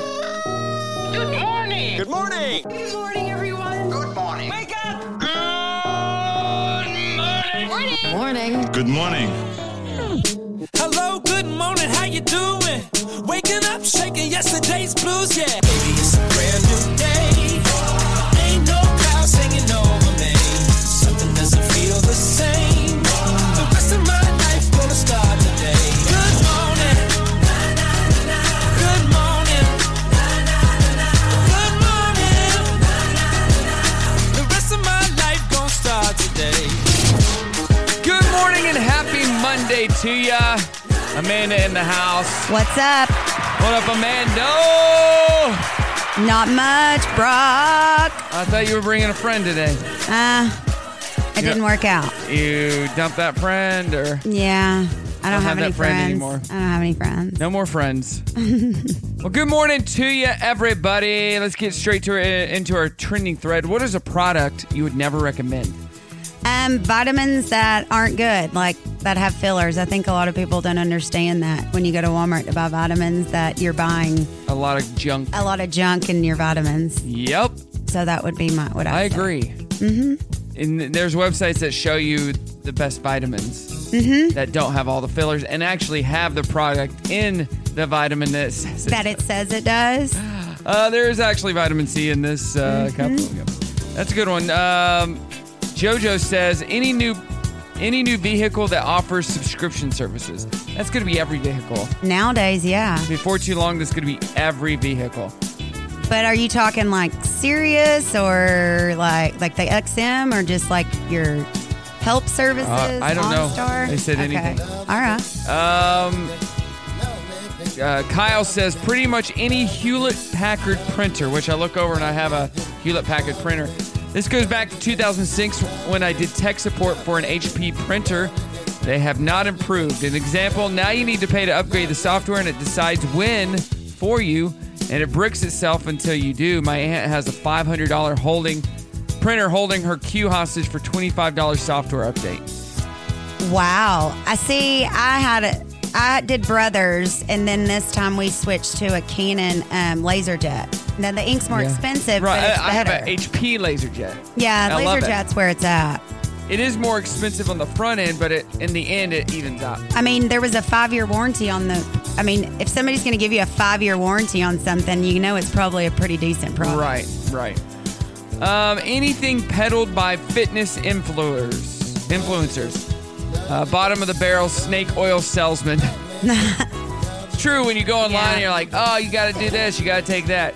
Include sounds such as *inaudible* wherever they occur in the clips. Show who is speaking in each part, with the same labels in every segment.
Speaker 1: Good morning.
Speaker 2: Good morning.
Speaker 3: Good morning, everyone.
Speaker 1: Good morning.
Speaker 3: Wake up.
Speaker 1: Good morning.
Speaker 4: Morning.
Speaker 5: Good morning.
Speaker 3: Hello, good morning. How you doing? Waking up, shaking yesterday's blues. Yeah, baby, it's a brand new day. Ain't no clouds hanging over me. Something doesn't feel the same. The rest of my life gonna start today. Good morning. Good morning. Good morning. The rest of my life gonna start today.
Speaker 6: Good morning and happy Monday to ya. Amanda in the house.
Speaker 4: What's up?
Speaker 6: What up, Amanda? Oh,
Speaker 4: Not much, Brock.
Speaker 6: I thought you were bringing a friend today.
Speaker 4: Uh, it didn't work out.
Speaker 6: You dumped that friend or
Speaker 4: Yeah. I don't,
Speaker 6: Don't have
Speaker 4: have, any
Speaker 6: that friend
Speaker 4: friends.
Speaker 6: anymore.
Speaker 4: I don't have any friends.
Speaker 6: no more friends. well, good morning to you, everybody. Let's get straight to into our trending thread. What is a product you would never recommend?
Speaker 4: Um, vitamins that aren't good, like that have fillers. I think a lot of people don't understand that when you go to Walmart to buy vitamins that you're buying
Speaker 6: A lot of junk.
Speaker 4: a lot of junk in your vitamins.
Speaker 6: Yep,
Speaker 4: So that would be my what I,
Speaker 6: I
Speaker 4: would say.
Speaker 6: agree. Mm-hmm. And there's websites that show you the best vitamins that don't have all the fillers and actually have the product in the vitamin that says it
Speaker 4: That it says it does.
Speaker 6: Uh, there is actually vitamin C in this uh, capsule. Yep. That's a good one. Um, Jojo says any new any new vehicle that offers subscription services. That's going to be every vehicle.
Speaker 4: Nowadays, yeah.
Speaker 6: Before too long, that's going to be every vehicle.
Speaker 4: But are you talking like Sirius or like like the XM or just like your help services?
Speaker 6: Uh, I don't know.
Speaker 4: OnStar?
Speaker 6: They said
Speaker 4: Okay.
Speaker 6: anything.
Speaker 4: All right.
Speaker 6: Uh, Kyle says pretty much any Hewlett Packard printer, which I look over and I have a Hewlett Packard printer. This goes back to 2006 when I did tech support for an HP printer. They have not improved. An example now you need to pay to upgrade the software and it decides when for you and it bricks itself until you do. My aunt has a $500 holding printer holding her queue hostage for $25 software update.
Speaker 4: Wow. I see. I had a, I did Brothers, and then this time we switched to a Canon um, LaserJet. Now the ink's more
Speaker 6: Yeah.
Speaker 4: expensive,
Speaker 6: Right,
Speaker 4: but it's
Speaker 6: I, I have
Speaker 4: better.
Speaker 6: an HP LaserJet.
Speaker 4: yeah,
Speaker 6: I love it.
Speaker 4: LaserJet's where it's at.
Speaker 6: It is more expensive on the front end, but it, in the end, it evens out.
Speaker 4: I mean, there was a five year warranty on the. I mean, if somebody's going to give you a five year warranty on something, you know it's probably a pretty decent product.
Speaker 6: Right, right. Um, anything peddled by fitness influencers, influencers, uh, bottom of the barrel snake oil *laughs* salesman. it's true when you go online
Speaker 4: Yeah.
Speaker 6: and you're like, oh, you got to do this, you got to take that.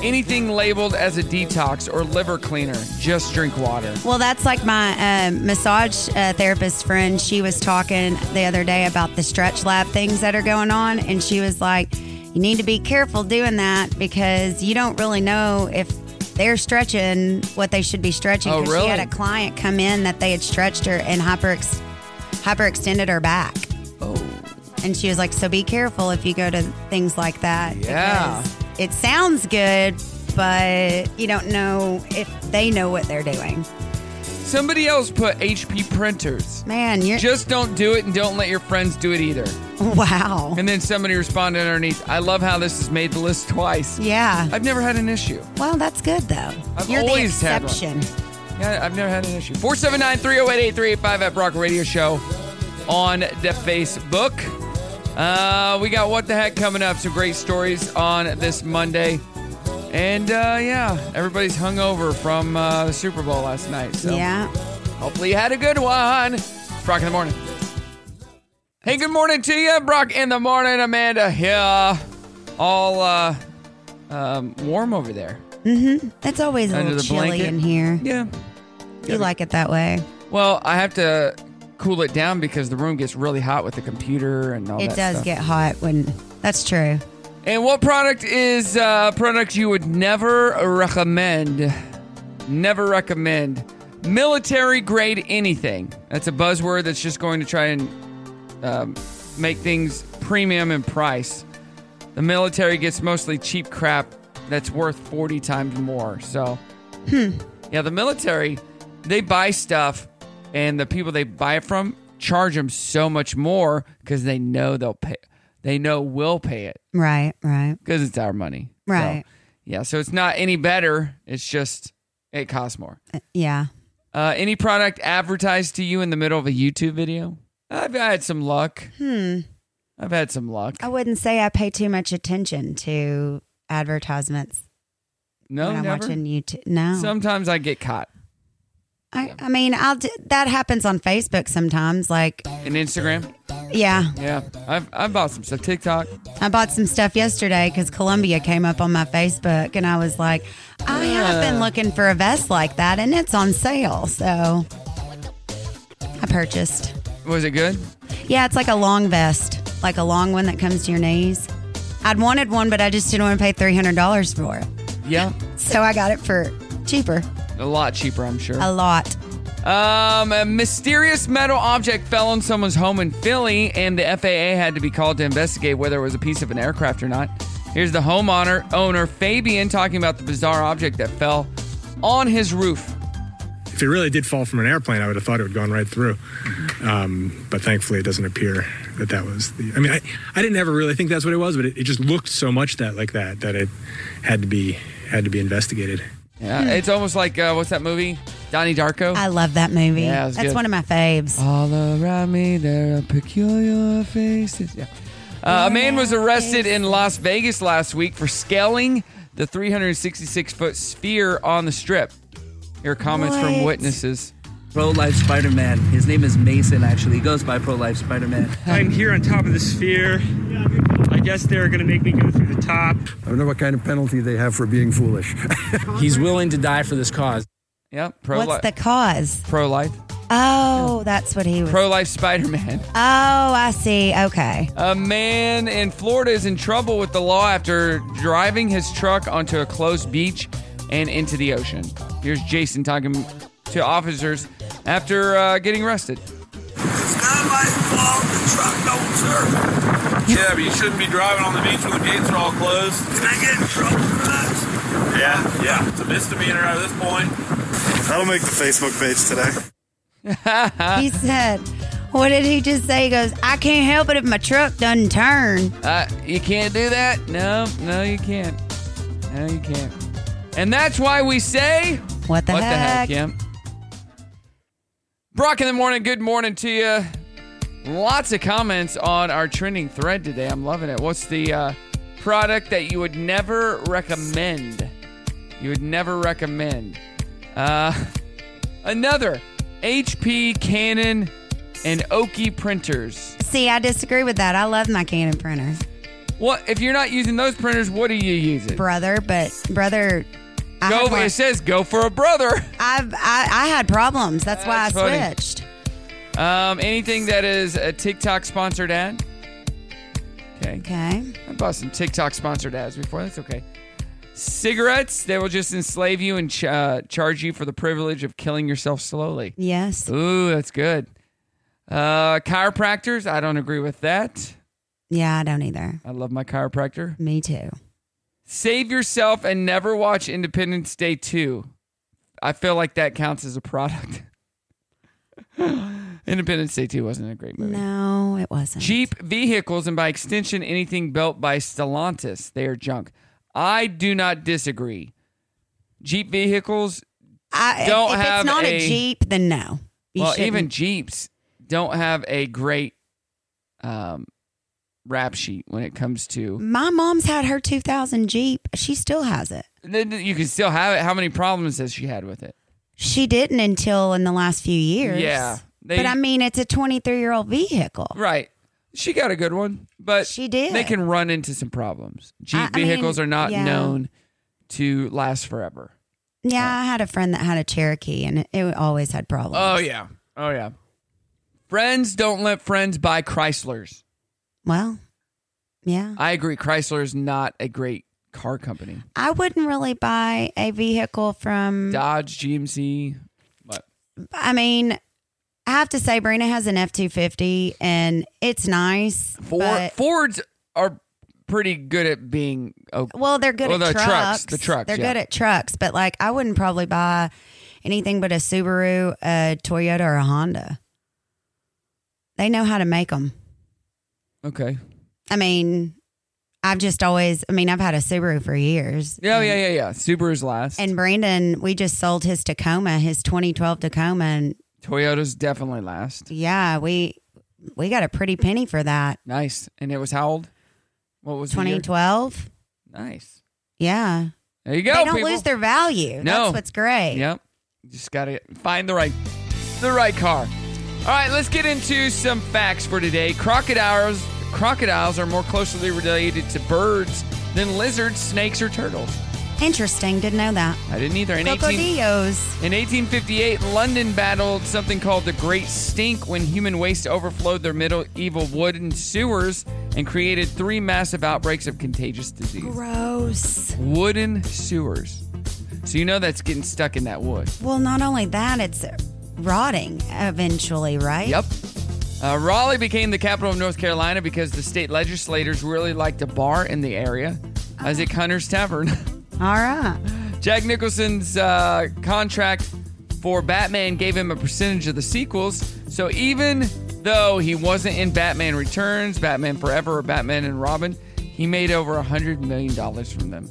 Speaker 6: Anything labeled as a detox or liver cleaner, just drink water.
Speaker 4: Well, that's like my um, massage uh, therapist friend. She was talking the other day about the stretch lab things that are going on, and she was like, "You need to be careful doing that because you don't really know if they're stretching what they should be stretching."
Speaker 6: Oh,
Speaker 4: 'Cause
Speaker 6: really?
Speaker 4: She had a client come in that they had stretched her and hyper hyperextended her back.
Speaker 6: Oh,
Speaker 4: And she was like, "So be careful if you go to things like that.
Speaker 6: Yeah.
Speaker 4: because it sounds good, but you don't know if they know what they're doing."
Speaker 6: somebody else put HP printers.
Speaker 4: Man, you're
Speaker 6: Just don't do it, and don't let your friends do it either.
Speaker 4: Wow.
Speaker 6: And then somebody responded underneath, I love how this has made the list twice.
Speaker 4: Yeah.
Speaker 6: I've never had an issue.
Speaker 4: Well, that's good though.
Speaker 6: I've
Speaker 4: You're
Speaker 6: always
Speaker 4: the
Speaker 6: had one.
Speaker 4: exception.
Speaker 6: Yeah, I've never had an issue. 479 308 8385 at Brock Radio Show on the Facebook. Uh, we got What the Heck coming up. Some great stories on this Monday. And uh, yeah, everybody's hungover from uh, the Super Bowl last night. So
Speaker 4: Yeah.
Speaker 6: hopefully you had a good one. It's Brock in the morning. Hey, good morning to you. Brock in the morning. Amanda here. All uh, um, warm over there.
Speaker 4: It's always a
Speaker 6: Under
Speaker 4: little
Speaker 6: the
Speaker 4: chilly
Speaker 6: blanket?
Speaker 4: in here.
Speaker 6: Yeah.
Speaker 4: You like it that way.
Speaker 6: Well, I have to cool it down because the room gets really hot with the computer and all
Speaker 4: it
Speaker 6: that.
Speaker 4: does
Speaker 6: stuff.
Speaker 4: get hot when that's true.
Speaker 6: And what product is uh, product you would never recommend? Never recommend military grade anything. That's a buzzword that's just going to try and um, make things premium in price. The military gets mostly cheap crap that's worth forty times more. So, yeah, the military they buy stuff, and the people they buy it from charge them so much more because they know they'll pay. they know we'll pay it
Speaker 4: Right, right.
Speaker 6: because it's our money. So,
Speaker 4: Right.
Speaker 6: yeah. So it's not any better. It's just it costs more.
Speaker 4: Yeah.
Speaker 6: Uh, any product advertised to you in the middle of a YouTube video? I've had some luck. Hmm. I've had some luck.
Speaker 4: I wouldn't say I pay too much attention to advertisements
Speaker 6: no,
Speaker 4: when I'm
Speaker 6: Oh, never.
Speaker 4: watching YouTube. No.
Speaker 6: Sometimes I get caught.
Speaker 4: I, I mean, I'll d- that happens on Facebook sometimes. Like,
Speaker 6: In Instagram,
Speaker 4: yeah,
Speaker 6: yeah, I've I've bought some stuff. TikTok,
Speaker 4: I bought some stuff yesterday because Columbia came up on my Facebook, and I was like, I have been looking for a vest like that, and it's on sale, so I purchased.
Speaker 6: was it good?
Speaker 4: Yeah, it's like a long vest, like a long one that comes to your knees. I'd wanted one, but I just didn't want to pay three hundred dollars for it,
Speaker 6: Yeah,
Speaker 4: so I got it for cheaper,
Speaker 6: a lot cheaper, I'm sure.
Speaker 4: a lot.
Speaker 6: Um, a mysterious metal object fell on someone's home in Philly, and the FAA had to be called to investigate whether it was a piece of an aircraft or not. Here's the homeowner owner Fabian talking about the bizarre object that fell on his roof.
Speaker 1: If it really did fall from an airplane, I would have thought it would have gone right through. Um, but thankfully, it doesn't appear that that was the. I mean, I, I didn't ever really think that's what it was, but it, it just looked so much that like that that it had to be had to be investigated.
Speaker 6: Yeah, it's almost like uh, what's that movie? Donnie Darko.
Speaker 4: Hmm. I love that movie.
Speaker 6: Yeah, it was
Speaker 4: That's
Speaker 6: good. Oh.
Speaker 4: one of my faves.
Speaker 6: All around me, there are peculiar faces. Yeah. Uh, a man was arrested in Las Vegas last week for scaling the 366 foot sphere on the strip. Here are comments from
Speaker 4: What?
Speaker 6: witnesses.
Speaker 2: Pro Life Spider Man. His name is Mason, actually. He goes by Pro Life Spider Man.
Speaker 5: I'm here on top of the sphere. I guess they're going to make me go through the top.
Speaker 7: I don't know what kind of penalty they have for being foolish.
Speaker 8: He's willing to die for this cause.
Speaker 6: Yep. Pro
Speaker 4: What's
Speaker 6: life.
Speaker 4: the cause?
Speaker 6: pro life.
Speaker 4: Oh, that's what he was.
Speaker 6: Pro life Spider Man.
Speaker 4: oh, I see. Okay.
Speaker 6: A man in Florida is in trouble with the law after driving his truck onto a closed beach and into the ocean. Here's Jason talking to officers after uh, getting arrested.
Speaker 9: It's not my fault the truck don't serve. Yeah, but you shouldn't be driving on the beach when the gates are all closed. Can I get in trouble for that? Yeah, yeah. It's a misdemeanor at this point.
Speaker 10: That'll make the Facebook page today.
Speaker 4: *laughs* he said, "What did he just say?" He goes, "I can't help it if my truck doesn't turn."
Speaker 6: Uh, you can't do that. No, no, you can't. No, you can't. And that's why we say,
Speaker 4: What the
Speaker 6: what the
Speaker 4: heck?
Speaker 6: heck, yeah. Brock in the morning. Good morning to you. Lots of comments on our trending thread today. I'm loving it. What's the uh, product that you would never recommend? You would never recommend. Uh, *laughs* another HP, Canon, and Oki printers.
Speaker 4: See, I disagree with that. I love my Canon printer,
Speaker 6: What if you're not using those printers? What are you using?
Speaker 4: brother. But brother, I
Speaker 6: Go.
Speaker 4: had one-
Speaker 6: It says go for a brother. *laughs*
Speaker 4: I've, I, I had problems. That's,
Speaker 6: That's
Speaker 4: why I
Speaker 6: funny.
Speaker 4: switched.
Speaker 6: Um, anything that is a TikTok sponsored ad. Okay.
Speaker 4: Okay.
Speaker 6: I bought some TikTok sponsored ads before. That's okay. Cigarettes. They will just enslave you and ch- uh, charge you for the privilege of killing yourself slowly.
Speaker 4: Yes.
Speaker 6: Ooh, that's good. Uh, chiropractors. I don't agree with that.
Speaker 4: Yeah, I don't either.
Speaker 6: I love my chiropractor.
Speaker 4: Me too.
Speaker 6: Save yourself and never watch Independence Day 2. I feel like that counts as a product. *laughs* Independence Day 2 wasn't a great movie.
Speaker 4: No, it wasn't.
Speaker 6: Cheap vehicles and by extension anything built by Stellantis, they are junk. I do not disagree. Jeep vehicles,
Speaker 4: I, if-
Speaker 6: don't
Speaker 4: if,
Speaker 6: have
Speaker 4: it's not a,
Speaker 6: a-
Speaker 4: Jeep, then no. You
Speaker 6: well,
Speaker 4: shouldn't.
Speaker 6: even Jeeps don't have a great um, rap sheet when it comes to
Speaker 4: my mom's had her 2000 Jeep. She still has it.
Speaker 6: Then you can still have it. How many problems has she had with it?
Speaker 4: She didn't until in the last few years.
Speaker 6: Yeah, they-
Speaker 4: but I mean, it's a 23 year old vehicle.
Speaker 6: Right. She got a good one, but
Speaker 4: She did.
Speaker 6: They can run into some problems. Jeep
Speaker 4: I- I
Speaker 6: vehicles
Speaker 4: mean,
Speaker 6: are not
Speaker 4: yeah.
Speaker 6: known to last forever.
Speaker 4: Yeah, I had a friend that had a Cherokee and it, it always had problems.
Speaker 6: Oh yeah. Oh yeah. Friends don't let friends buy Chryslers.
Speaker 4: well, yeah.
Speaker 6: I agree. Chrysler is not a great car company.
Speaker 4: I wouldn't really buy a vehicle from,
Speaker 6: Dodge, GMC, but
Speaker 4: I mean, I have to say, Brina has an F 250 and it's nice.
Speaker 6: Ford,
Speaker 4: but-
Speaker 6: Fords are pretty good at being. Oh,
Speaker 4: Well, they're good
Speaker 6: Well,
Speaker 4: at
Speaker 6: the
Speaker 4: trucks.
Speaker 6: trucks, the trucks,
Speaker 4: They're
Speaker 6: yeah.
Speaker 4: good at trucks, but like I wouldn't probably buy anything but a Subaru, a Toyota, or a Honda. They know how to make them.
Speaker 6: okay.
Speaker 4: I mean, I've just always, I mean, I've had a Subaru for years.
Speaker 6: Yeah, yeah, yeah, yeah. Subaru's last.
Speaker 4: And Brandon, we just sold his Tacoma, his 2012 Tacoma. And
Speaker 6: Toyota's definitely last.
Speaker 4: yeah, we we got a pretty penny for that.
Speaker 6: Nice. And it was how old? What was the year?
Speaker 4: 2012.
Speaker 6: Nice.
Speaker 4: Yeah.
Speaker 6: There you go.
Speaker 4: they don't
Speaker 6: people.
Speaker 4: lose their value.
Speaker 6: No.
Speaker 4: That's what's great.
Speaker 6: Yep. Just gotta find the right the right car. All right, let's get into some facts for today. Crocodiles crocodiles are more closely related to birds than lizards, snakes, or turtles.
Speaker 4: Interesting. Didn't know that.
Speaker 6: I didn't either. In 18,
Speaker 4: Cocodillos.
Speaker 6: in 1858, London battled something called the Great Stink when human waste overflowed their medieval wooden sewers and created three massive outbreaks of contagious disease.
Speaker 4: Gross.
Speaker 6: Wooden sewers. So you know that's getting stuck in that wood.
Speaker 4: Well, not only that, it's rotting eventually, right?
Speaker 6: Yep. Uh, Raleigh became the capital of North Carolina because the state legislators really liked a bar in the area, Isaac
Speaker 4: Uh-huh.
Speaker 6: Hunter's Tavern. *laughs*
Speaker 4: All right.
Speaker 6: Jack Nicholson's uh, contract for Batman gave him a percentage of the sequels, so even though he wasn't in Batman Returns, Batman Forever, or Batman and Robin, he made over a hundred million dollars from them.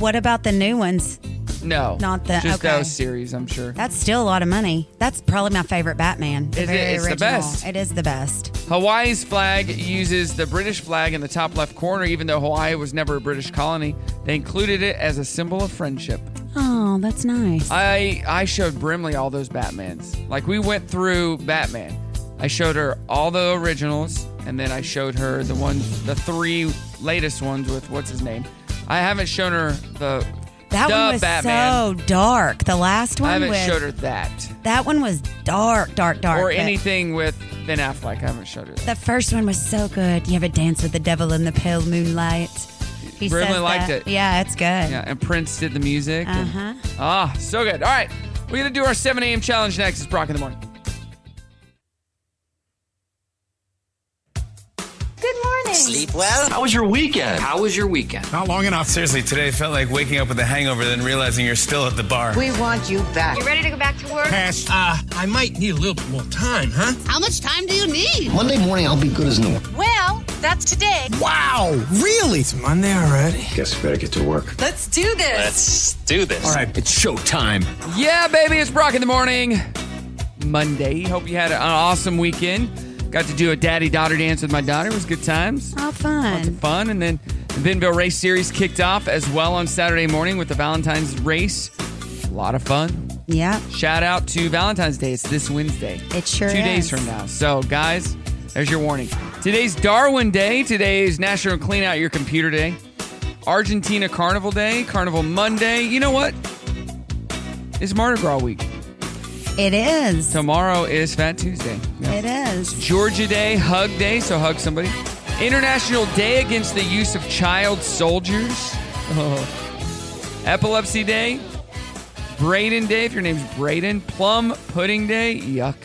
Speaker 4: What about the new ones?
Speaker 6: No,
Speaker 4: Not the-
Speaker 6: just
Speaker 4: okay.
Speaker 6: those series, I'm sure.
Speaker 4: That's still a lot of money. That's probably my favorite Batman. The
Speaker 6: Is it-
Speaker 4: very
Speaker 6: it's the
Speaker 4: original.
Speaker 6: best.
Speaker 4: It is the best.
Speaker 6: Hawaii's flag uses the British flag in the top left corner, even though Hawaii was never a British colony. They included it as a symbol of friendship.
Speaker 4: Oh, that's nice.
Speaker 6: I I showed Brimley all those Batmans. Like we went through Batman. I showed her all the originals, and then I showed her the ones, the three latest ones with what's his name. I haven't shown her the
Speaker 4: that
Speaker 6: the
Speaker 4: one was
Speaker 6: Batman.
Speaker 4: so dark. The last one
Speaker 6: I haven't
Speaker 4: with
Speaker 6: showed her that
Speaker 4: that one was dark, dark, dark.
Speaker 6: or
Speaker 4: but
Speaker 6: anything with Ben Affleck. I haven't showed her that.
Speaker 4: The first one was so good. You ever dance with the devil in the pale moonlight? He
Speaker 6: Brimley
Speaker 4: says
Speaker 6: liked
Speaker 4: that.
Speaker 6: it.
Speaker 4: Yeah, it's good.
Speaker 6: Yeah, and Prince did the music.
Speaker 4: Uh
Speaker 6: and-
Speaker 4: huh.
Speaker 6: Ah, so good. All right, we're gonna do our 7 a.m. challenge next. It's Brock in the morning.
Speaker 3: Sleep well.
Speaker 11: How was your weekend? How was your weekend?
Speaker 12: Not long enough. Seriously, today felt like waking up with a hangover, then realizing you're still at the bar.
Speaker 13: We want you back.
Speaker 14: You ready to go back to work?
Speaker 12: Uh, I might need a little bit more time, huh?
Speaker 14: How much time do you need?
Speaker 12: Monday morning, I'll be good as new.
Speaker 14: Well, that's today.
Speaker 12: Wow, really? It's Monday already.
Speaker 11: Guess we better get to work.
Speaker 14: Let's do this.
Speaker 11: Let's do this. All right, it's showtime.
Speaker 6: Yeah, baby, it's Brock in the morning. Monday. Hope you had an awesome weekend. Got to do a daddy daughter dance with my daughter. It was good times.
Speaker 4: Oh, fun.
Speaker 6: Fun. And then the Bentonville Race Series kicked off as well on Saturday morning with the Valentine's race. A lot of fun.
Speaker 4: Yeah,
Speaker 6: Shout out to Valentine's Day. It's this Wednesday.
Speaker 4: it sure
Speaker 6: Two
Speaker 4: is.
Speaker 6: days from now. So, guys, there's your warning. Today's Darwin Day. Today is National Clean Out Your Computer Day. Argentina Carnival Day. Carnival Monday. You know what? It's Mardi Gras week.
Speaker 4: It is.
Speaker 6: Tomorrow is Fat Tuesday. Yeah.
Speaker 4: It is.
Speaker 6: Georgia Day, Hug Day, so hug somebody. International Day Against the Use of Child Soldiers. Oh. Epilepsy Day. Braden Day, if your name's Braden. Plum Pudding Day, yuck.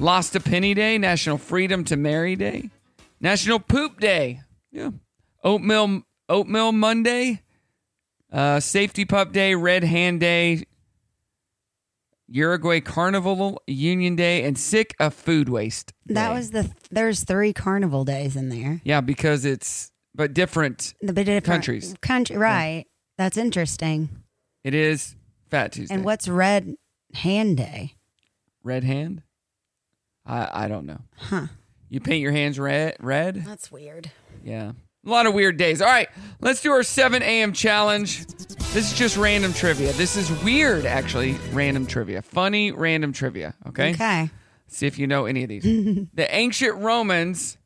Speaker 6: Lost a Penny Day, National Freedom to Marry Day. National Poop Day. Yeah. Oatmeal Oatmeal Monday. Uh, Safety Pup Day, Red Hand Day, Uruguay Carnival Union Day, and Sick of Food Waste.
Speaker 4: That was the there's three carnival days in there.
Speaker 6: Yeah, because it's but different.
Speaker 4: The bit different
Speaker 6: Countries.
Speaker 4: Country right. That's interesting.
Speaker 6: It is Fat Tuesday.
Speaker 4: And what's red hand day?
Speaker 6: red hand? I I don't know.
Speaker 4: Huh. Uh,
Speaker 6: You paint your hands red. Red.
Speaker 4: That's weird.
Speaker 6: Yeah. A lot of weird days. All right, let's do our 7 a.m. challenge. This is just random trivia. This is weird, actually. Random trivia. Funny, random trivia. Okay.
Speaker 4: Okay.
Speaker 6: See if you know any of these. the ancient Romans.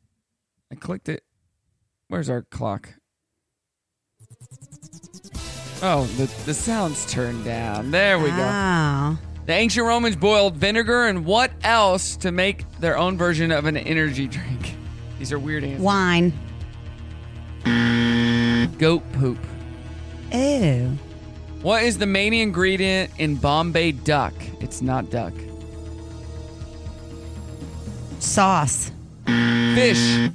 Speaker 6: I clicked it. Where's our clock? Oh, the, the sound's turned down. There we
Speaker 4: Wow.
Speaker 6: go. The ancient Romans boiled vinegar and what else to make their own version of an energy drink? These are weird answers.
Speaker 4: Wine.
Speaker 6: Goat poop.
Speaker 4: Ew.
Speaker 6: What is the main ingredient in Bombay duck? It's not duck.
Speaker 4: Sauce.
Speaker 6: Fish.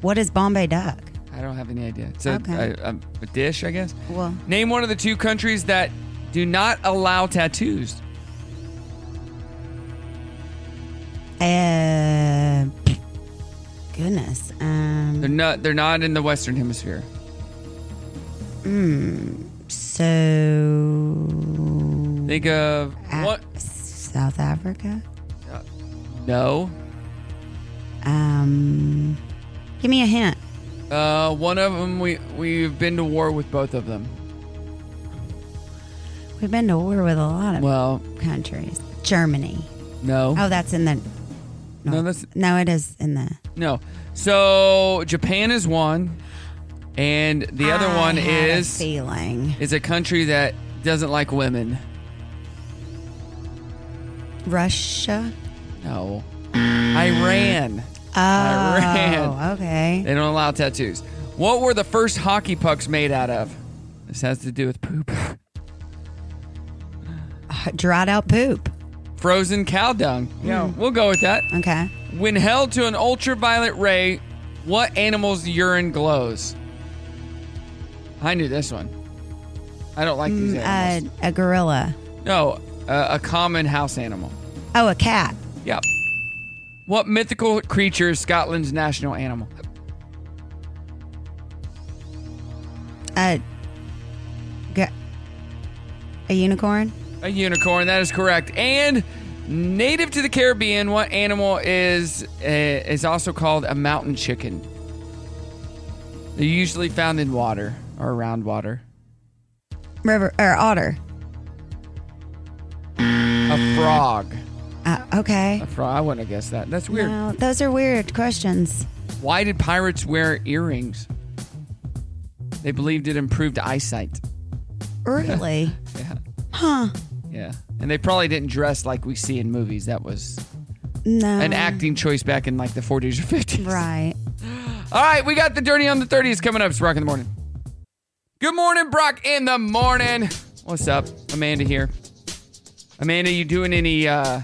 Speaker 4: What is Bombay duck?
Speaker 6: I don't have any idea. It's a,
Speaker 4: Okay.
Speaker 6: a, a, a dish, I guess.
Speaker 4: Well,
Speaker 6: Name one of the two countries that do not allow tattoos.
Speaker 4: uh, Eh, goodness. Um,
Speaker 6: They're not. They're not in the Western Hemisphere.
Speaker 4: mm, so
Speaker 6: Think of
Speaker 4: Ah.
Speaker 6: what?
Speaker 4: South Africa.
Speaker 6: No.
Speaker 4: Um, give me a hint.
Speaker 6: Uh, one of them. We we've been to war with both of them.
Speaker 4: We've been to war with a lot of
Speaker 6: well
Speaker 4: countries. Germany.
Speaker 6: No.
Speaker 4: Oh, that's in the. No,
Speaker 6: that's
Speaker 4: no. It is in the.
Speaker 6: No. So Japan is one, and the other
Speaker 4: I
Speaker 6: one
Speaker 4: had a
Speaker 6: is
Speaker 4: feeling
Speaker 6: is a country that doesn't like women.
Speaker 4: Russia.
Speaker 6: No. Iran.
Speaker 4: Oh,
Speaker 6: Iran.
Speaker 4: okay.
Speaker 6: They don't allow tattoos. What were the first hockey pucks made out of? This has to do with poop. *laughs*
Speaker 4: Dried out poop.
Speaker 6: Frozen cow dung. Yeah, we'll go with that.
Speaker 4: Okay.
Speaker 6: When held to an ultraviolet ray, what animal's urine glows? I knew this one. I don't like these
Speaker 4: Mm,
Speaker 6: animals.
Speaker 4: uh, a gorilla.
Speaker 6: no, uh, a common house animal.
Speaker 4: Oh, a cat.
Speaker 6: Yep. What mythical creature is Scotland's national animal?
Speaker 4: A. G- a unicorn.
Speaker 6: A unicorn. That is correct. And native to the Caribbean, what animal is uh, is also called a mountain chicken? They're usually found in water or around water.
Speaker 4: River or otter.
Speaker 6: A frog.
Speaker 4: Uh, okay.
Speaker 6: A frog. I wouldn't have guessed that. That's weird.
Speaker 4: No, those are weird questions.
Speaker 6: Why did pirates wear earrings? They believed it improved eyesight. *laughs*
Speaker 4: Really?
Speaker 6: Yeah.
Speaker 4: Huh.
Speaker 6: Yeah. And they probably didn't dress like we see in movies. That was
Speaker 4: No.
Speaker 6: an acting choice back in like the 40s or 50s.
Speaker 4: Uh-huh. Right.
Speaker 6: All right, we got the Dirty on the 30s coming up. It's Brock in the morning. Good morning, Brock in the morning. What's up? Amanda here. Amanda, you doing any uh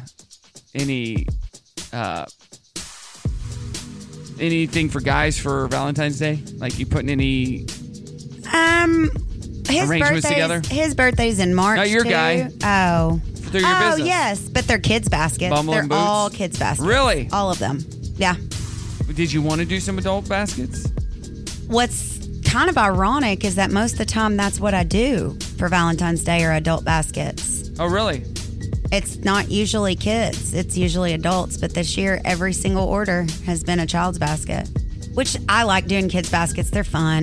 Speaker 6: any uh anything for guys for Valentine's Day? Like you putting any
Speaker 4: Um, his
Speaker 6: Arrangements
Speaker 4: birthday's,
Speaker 6: together?
Speaker 4: His birthday's in March.
Speaker 6: No, your
Speaker 4: too.
Speaker 6: guy.
Speaker 4: Oh.
Speaker 6: They're your
Speaker 4: oh
Speaker 6: business.
Speaker 4: yes, but they're kids baskets.
Speaker 6: Bumble
Speaker 4: they're
Speaker 6: and Boots?
Speaker 4: all kids baskets.
Speaker 6: Really?
Speaker 4: All of them. Yeah.
Speaker 6: did you want to do some adult baskets?
Speaker 4: What's kind of ironic is that most of the time that's what I do for Valentine's Day or adult baskets.
Speaker 6: Oh really?
Speaker 4: It's not usually kids, it's usually adults, but this year every single order has been a child's basket, which I like doing kids baskets. They're fun.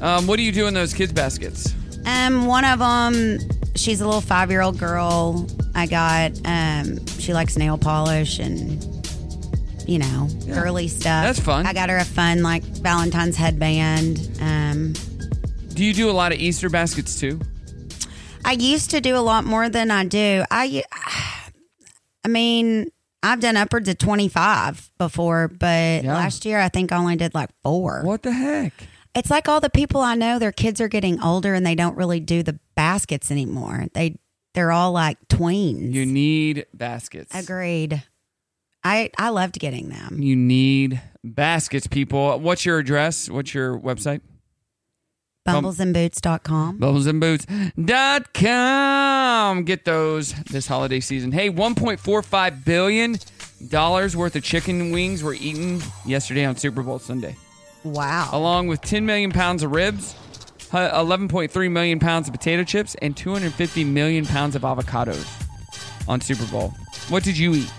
Speaker 6: Um, what do you do in those kids baskets?
Speaker 4: Um, one of them, she's a little five year old girl. I got, um, she likes nail polish and, you know, girly stuff.
Speaker 6: That's fun.
Speaker 4: I got her a fun, like, Valentine's headband. Um,
Speaker 6: Do you do a lot of Easter baskets too?
Speaker 4: I used to do a lot more than I do. I, I mean, I've done upwards of 25 before, but last year I think I only did like four.
Speaker 6: What the heck?
Speaker 4: It's like all the people I know, their kids are getting older and they don't really do the baskets anymore. They, they're all like tweens.
Speaker 6: You need baskets.
Speaker 4: Agreed. I I loved getting them.
Speaker 6: You need baskets, people. What's your address? What's your website?
Speaker 4: Bumblesandboots.com.
Speaker 6: Bubblesandboots.com. Get those this holiday season. Hey, $1.45 billion worth of chicken wings were eaten yesterday on Super Bowl Sunday,
Speaker 4: Wow.
Speaker 6: along with 10 million pounds of ribs, hu- 11.3 million pounds of potato chips, and 250 million pounds of avocados on Super Bowl. What did you eat?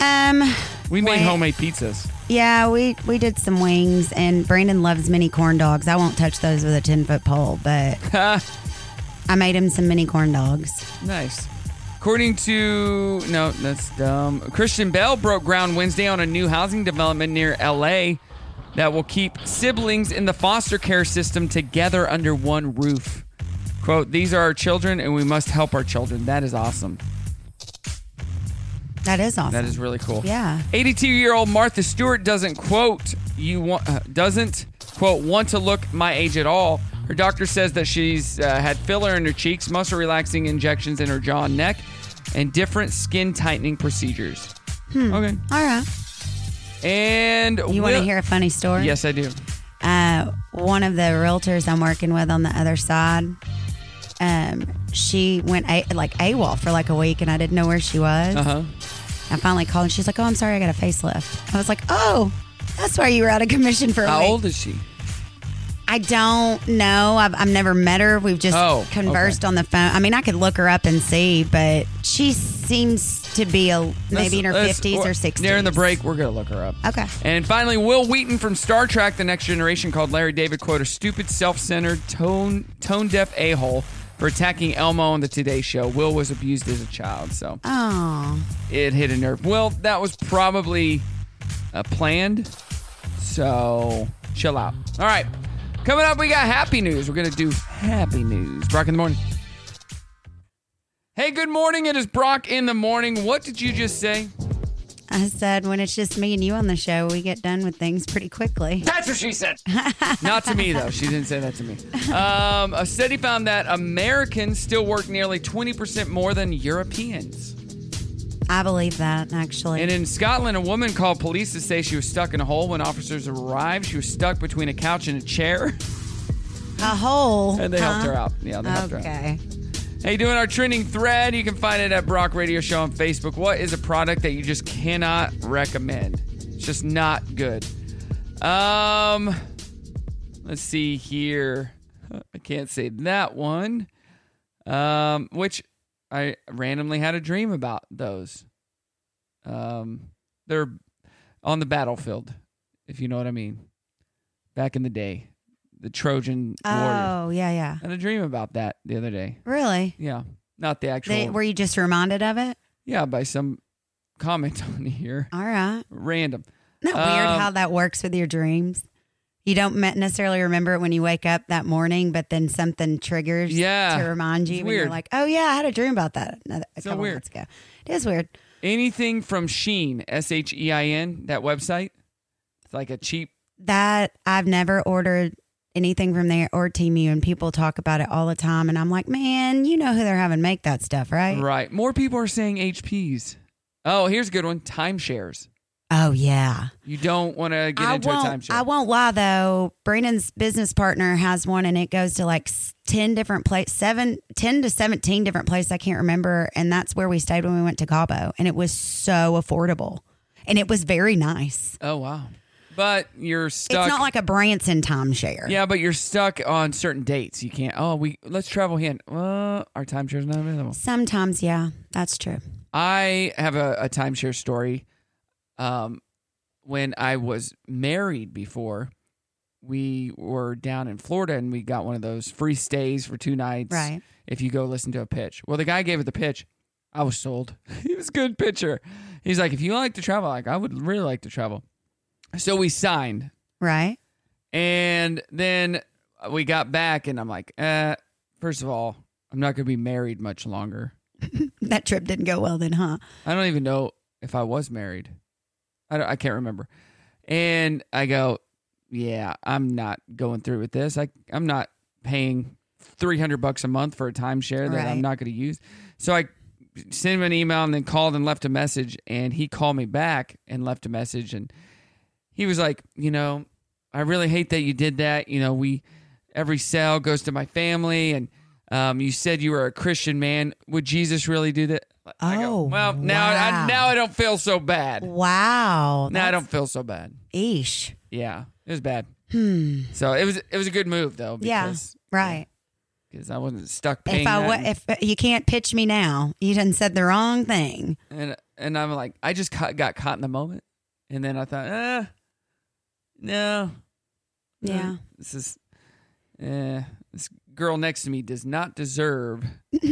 Speaker 4: Um
Speaker 6: We made
Speaker 4: Wait.
Speaker 6: homemade pizzas. *laughs*
Speaker 4: yeah, we we did some wings and Brandon loves mini corn dogs. I won't touch those with a 10-foot pole, but I made him some mini corn dogs.
Speaker 6: Nice. According to no, that's dumb. Christian Bell broke ground Wednesday on a new housing development near LA that will keep siblings in the foster care system together under one roof. Quote, these are our children and we must help our children. That is awesome.
Speaker 4: That is awesome.
Speaker 6: That is really cool.
Speaker 4: Yeah.
Speaker 6: 82-year-old Martha Stewart doesn't quote you want uh, doesn't quote want to look my age at all. Her doctor says that she's uh, had filler in her cheeks, muscle relaxing injections in her jaw and neck, and different skin tightening procedures.
Speaker 4: Hmm.
Speaker 6: Okay.
Speaker 4: All right.
Speaker 6: And
Speaker 4: You want to hear a funny story?
Speaker 6: Yes, I do.
Speaker 4: uh, one of the realtors I'm working with on the other side, um, she went a- like AWOL for like a week, and I didn't know where she was.
Speaker 6: Uh huh.
Speaker 4: I finally called and she's like, Oh, I'm sorry, I got a facelift. I was like, Oh, that's why you were out of commission for a
Speaker 6: How
Speaker 4: week.
Speaker 6: old is she?
Speaker 4: I don't know. I've, I've never met her. We've just
Speaker 6: Oh,
Speaker 4: conversed
Speaker 6: okay.
Speaker 4: on the phone. I mean, I could look her up and see, but she seems to be a,
Speaker 6: Let's-
Speaker 4: maybe in her
Speaker 6: let's-
Speaker 4: 50s or 60s.
Speaker 6: During the break, we're going to look her up.
Speaker 4: Okay.
Speaker 6: And finally, Will Wheaton from Star Trek: The Next Generation called Larry David quote a stupid, self-centered, tone tone-deaf a-hole for attacking Elmo on the Today Show. Will was abused as a child, so
Speaker 4: Oh.
Speaker 6: it hit a nerve. Well, that was probably uh, planned. So chill out. All right. Coming up, we got happy news. We're gonna do happy news. Brock in the morning. Hey, good morning. It is Brock in the morning. What did you just say?
Speaker 4: I said, when it's just me and you on the show, we get done with things pretty quickly.
Speaker 6: That's what she said. Not to me, though. She didn't say that to me. Um, a study found that Americans still work nearly 20% more than Europeans.
Speaker 4: I believe that, actually.
Speaker 6: And in Scotland, a woman called police to say she was stuck in a hole when officers arrived. She was stuck between a couch and a chair. *laughs*
Speaker 4: a hole.
Speaker 6: And they helped her out. Yeah, they helped her out.
Speaker 4: Uh-huh. Okay.
Speaker 6: Hey, doing our trending thread. You can find it at Brock Radio Show on Facebook. What is a product that you just cannot recommend? It's just not good. Um, let's see here. *laughs* I can't say that one. Um, which I randomly had a dream about those. Um, they're on the battlefield, if you know what I mean. Back in the day, the Trojan warrior.
Speaker 4: Oh, yeah, yeah.
Speaker 6: I had a dream about that the other day.
Speaker 4: Really?
Speaker 6: Yeah, not the actual.
Speaker 4: They, were you just reminded of it?
Speaker 6: yeah, by some comment *laughs* on here.
Speaker 4: All right.
Speaker 6: Random.
Speaker 4: Not weird
Speaker 6: Um,
Speaker 4: how that works with your dreams. You don't me- necessarily remember it when you wake up that morning, but then something triggers
Speaker 6: Yeah.
Speaker 4: to remind you.
Speaker 6: It's
Speaker 4: and you're
Speaker 6: weird.
Speaker 4: like, oh, yeah, I had a dream about that another, a
Speaker 6: So
Speaker 4: couple
Speaker 6: weird.
Speaker 4: months ago. It is weird.
Speaker 6: Anything from Sheen, S H E I N, that website. It's like a cheap.
Speaker 4: That I've never ordered anything from there or Teamu, and people talk about it all the time. And I'm like, man, you know who they're having make that stuff, right?
Speaker 6: Right. More people are saying HPs. Oh, here's a good one. Timeshares.
Speaker 4: Oh, yeah.
Speaker 6: You don't want to get
Speaker 4: I
Speaker 6: into a
Speaker 4: won't,
Speaker 6: timeshare.
Speaker 4: I won't lie though. Brandon's business partner has one, and it goes to like s- ten different places, seven, 10 to seventeen different places. I can't remember, and that's where we stayed when we went to Cabo, and it was so affordable, and it was very nice.
Speaker 6: oh wow. But you're
Speaker 4: It's
Speaker 6: stuck.
Speaker 4: not like a Branson timeshare.
Speaker 6: Yeah, but you're stuck on certain dates. You can't. Oh, we let's travel here. Uh, our timeshare's not available.
Speaker 4: Sometimes, yeah, that's true.
Speaker 6: I have a, a timeshare story. Um, when I was married before, we were down in Florida and we got one of those free stays for two nights.
Speaker 4: Right.
Speaker 6: If you go listen to a pitch. Well, the guy gave it the pitch. I was sold. *laughs* he was a good pitcher. He's like, if you like to travel, like I would really like to travel. So we signed.
Speaker 4: Right?
Speaker 6: And then we got back, and I'm like, uh, first of all, I'm not going to be married much longer.
Speaker 4: That trip didn't go well then, huh?
Speaker 6: I don't even know if I was married. I, don't- I can't remember. And I go, yeah, I'm not going through with this. I, I'm not paying 300 bucks a month for a timeshare that
Speaker 13: Right.
Speaker 6: I'm not going to use. So I sent him an email and then called and left a message. And he called me back and left a message. And he was like, you know, I really hate that you did that. You know, we every sale goes to my family, and um, you said you were a Christian man. Would Jesus really do that? I go,
Speaker 4: Oh,
Speaker 6: well, now
Speaker 4: wow.
Speaker 6: I, now I don't feel so bad.
Speaker 4: Wow.
Speaker 6: Now I don't feel so bad.
Speaker 4: Eesh.
Speaker 6: Yeah, it was bad.
Speaker 4: Hmm.
Speaker 6: So it was it was a good move though.
Speaker 4: Yeah.
Speaker 6: Because,
Speaker 4: Right.
Speaker 6: Because I wasn't stuck paying.
Speaker 4: If I
Speaker 6: that.
Speaker 4: wa- if you can't pitch me now, you done said the wrong thing.
Speaker 6: and and I'm like, I just ca- got caught in the moment, and then I thought, eh, no, no,
Speaker 4: Yeah.
Speaker 6: this is, eh, this girl next to me does not deserve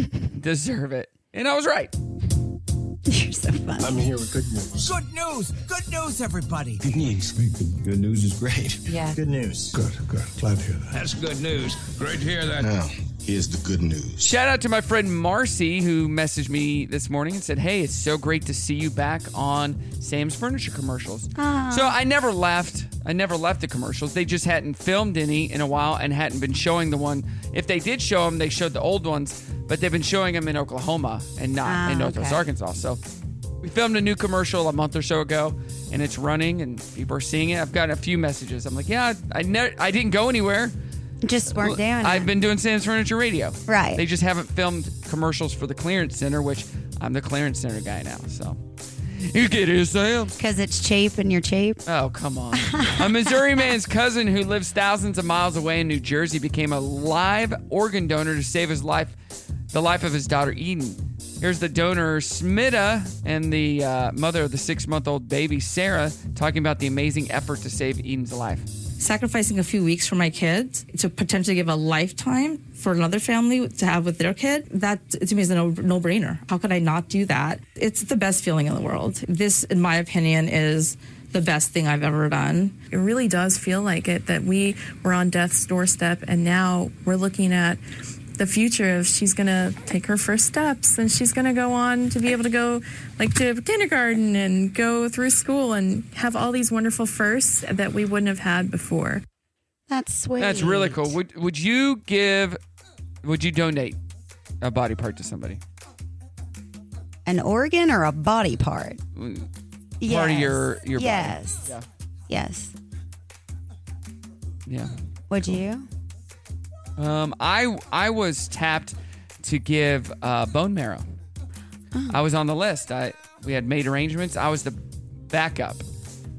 Speaker 6: deserve it, and I was right.
Speaker 4: *laughs* You're so funny.
Speaker 15: I'm here with good news.
Speaker 3: Good news! Good news, everybody!
Speaker 15: Good news. Good, news is great.
Speaker 3: Yeah.
Speaker 15: Good news. Good, good. Glad to hear that.
Speaker 12: That's good news. Great to hear that.
Speaker 15: Now, here's the good news.
Speaker 6: Shout out to my friend Marcy who messaged me this morning and said, "Hey, it's so great to see you back on Sam's Furniture commercials."
Speaker 13: Aw.
Speaker 6: So I never left. I never left the commercials. They just hadn't filmed any in a while and hadn't been showing the one. If they did show them, they showed the old ones, but they've been showing them in Oklahoma and not
Speaker 13: Ah,
Speaker 6: in Northwest
Speaker 13: okay.
Speaker 6: Arkansas. So we filmed a new commercial a month or so ago, and it's running, and people are seeing it. I've got a few messages. I'm like, "Yeah, I ne- I didn't go anywhere."
Speaker 4: Just weren't doing it.
Speaker 6: I've been doing Sam's Furniture Radio.
Speaker 4: Right.
Speaker 6: They just haven't filmed commercials for the clearance center, which I'm the clearance center guy now. So You get it, Sam.
Speaker 4: Because it's cheap and you're cheap.
Speaker 6: Oh, come on. a Missouri man's cousin who lives thousands of miles away in New Jersey became a live organ donor to save his life, the life of his daughter Eden. Here's the donor Smita and the uh, mother of the six-month-old baby Sarah talking about the amazing effort to save Eden's life.
Speaker 13: sacrificing a few weeks for my kids to potentially give a lifetime for another family to have with their kid, that to me is a no, no-brainer. How could I not do that? It's the best feeling in the world. This, in my opinion, is the best thing I've ever done.
Speaker 16: It really does feel like it that we were on death's doorstep and now we're looking at the future of she's going to take her first steps and she's going to go on to be able to go like to kindergarten and go through school and have all these wonderful firsts that we wouldn't have had before.
Speaker 4: That's sweet.
Speaker 6: That's really cool. Would would you give? Would you donate a body part to somebody?
Speaker 4: An organ or a body part?
Speaker 6: Part of your your
Speaker 4: yes. Yes.
Speaker 6: body. Yeah.
Speaker 4: Would you?
Speaker 6: Um, I I was tapped to give uh, bone marrow. I was on the list. I we had made arrangements. I was the backup.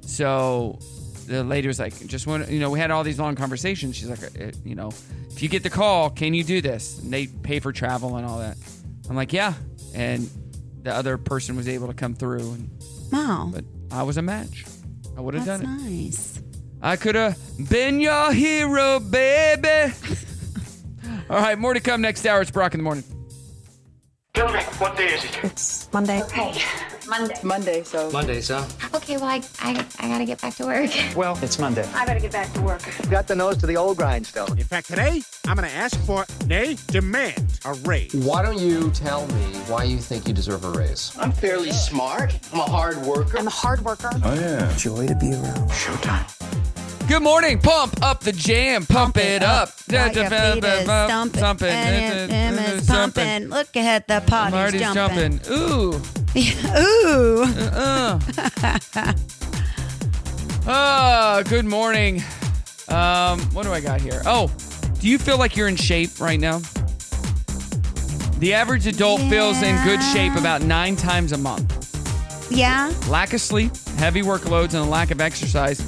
Speaker 6: So the lady was like, "Just want you know." We had all these long conversations. She's like, uh, "You know, if you get the call, can you do this?" And they pay for travel and all that. I'm like, "Yeah," and the other person was able to come through. And
Speaker 4: Wow.
Speaker 6: but I was a match. I would have
Speaker 4: That's
Speaker 6: done it.
Speaker 4: nice.
Speaker 6: I could have been your
Speaker 4: *laughs*
Speaker 6: hero, baby. All right, more to come next hour. It's Brock in the morning.
Speaker 17: What day is it?
Speaker 18: It's Monday. Okay. Monday. Monday, so.
Speaker 11: Mondays, huh?
Speaker 18: Okay, well, I, I, I gotta get back to work.
Speaker 11: Well, it's Monday.
Speaker 18: I better get back to work.
Speaker 19: Got the nose to the old grindstone. In fact, today, I'm going to ask for, nay, demand a raise.
Speaker 11: Why don't you tell me why you think you deserve a raise? I'm fairly smart. I'm a hard worker. I'm a hard worker.
Speaker 19: Oh, yeah. Joy to be around.
Speaker 6: Good morning. Pump up the jam. Pump, it up.
Speaker 4: Like a fetus thumping,
Speaker 6: Thumping.
Speaker 4: and him is pumping. Look at the pot,
Speaker 6: Marty's
Speaker 4: he's
Speaker 6: jumping.
Speaker 4: jumping.
Speaker 6: Ooh.
Speaker 4: *laughs* Ooh.
Speaker 6: Oh, good morning. Um, what do I got here? Oh, do you feel like you're in shape right now? The average adult feels in good shape about nine times a month.
Speaker 4: yeah.
Speaker 6: Lack of sleep, heavy workloads, and a lack of exercise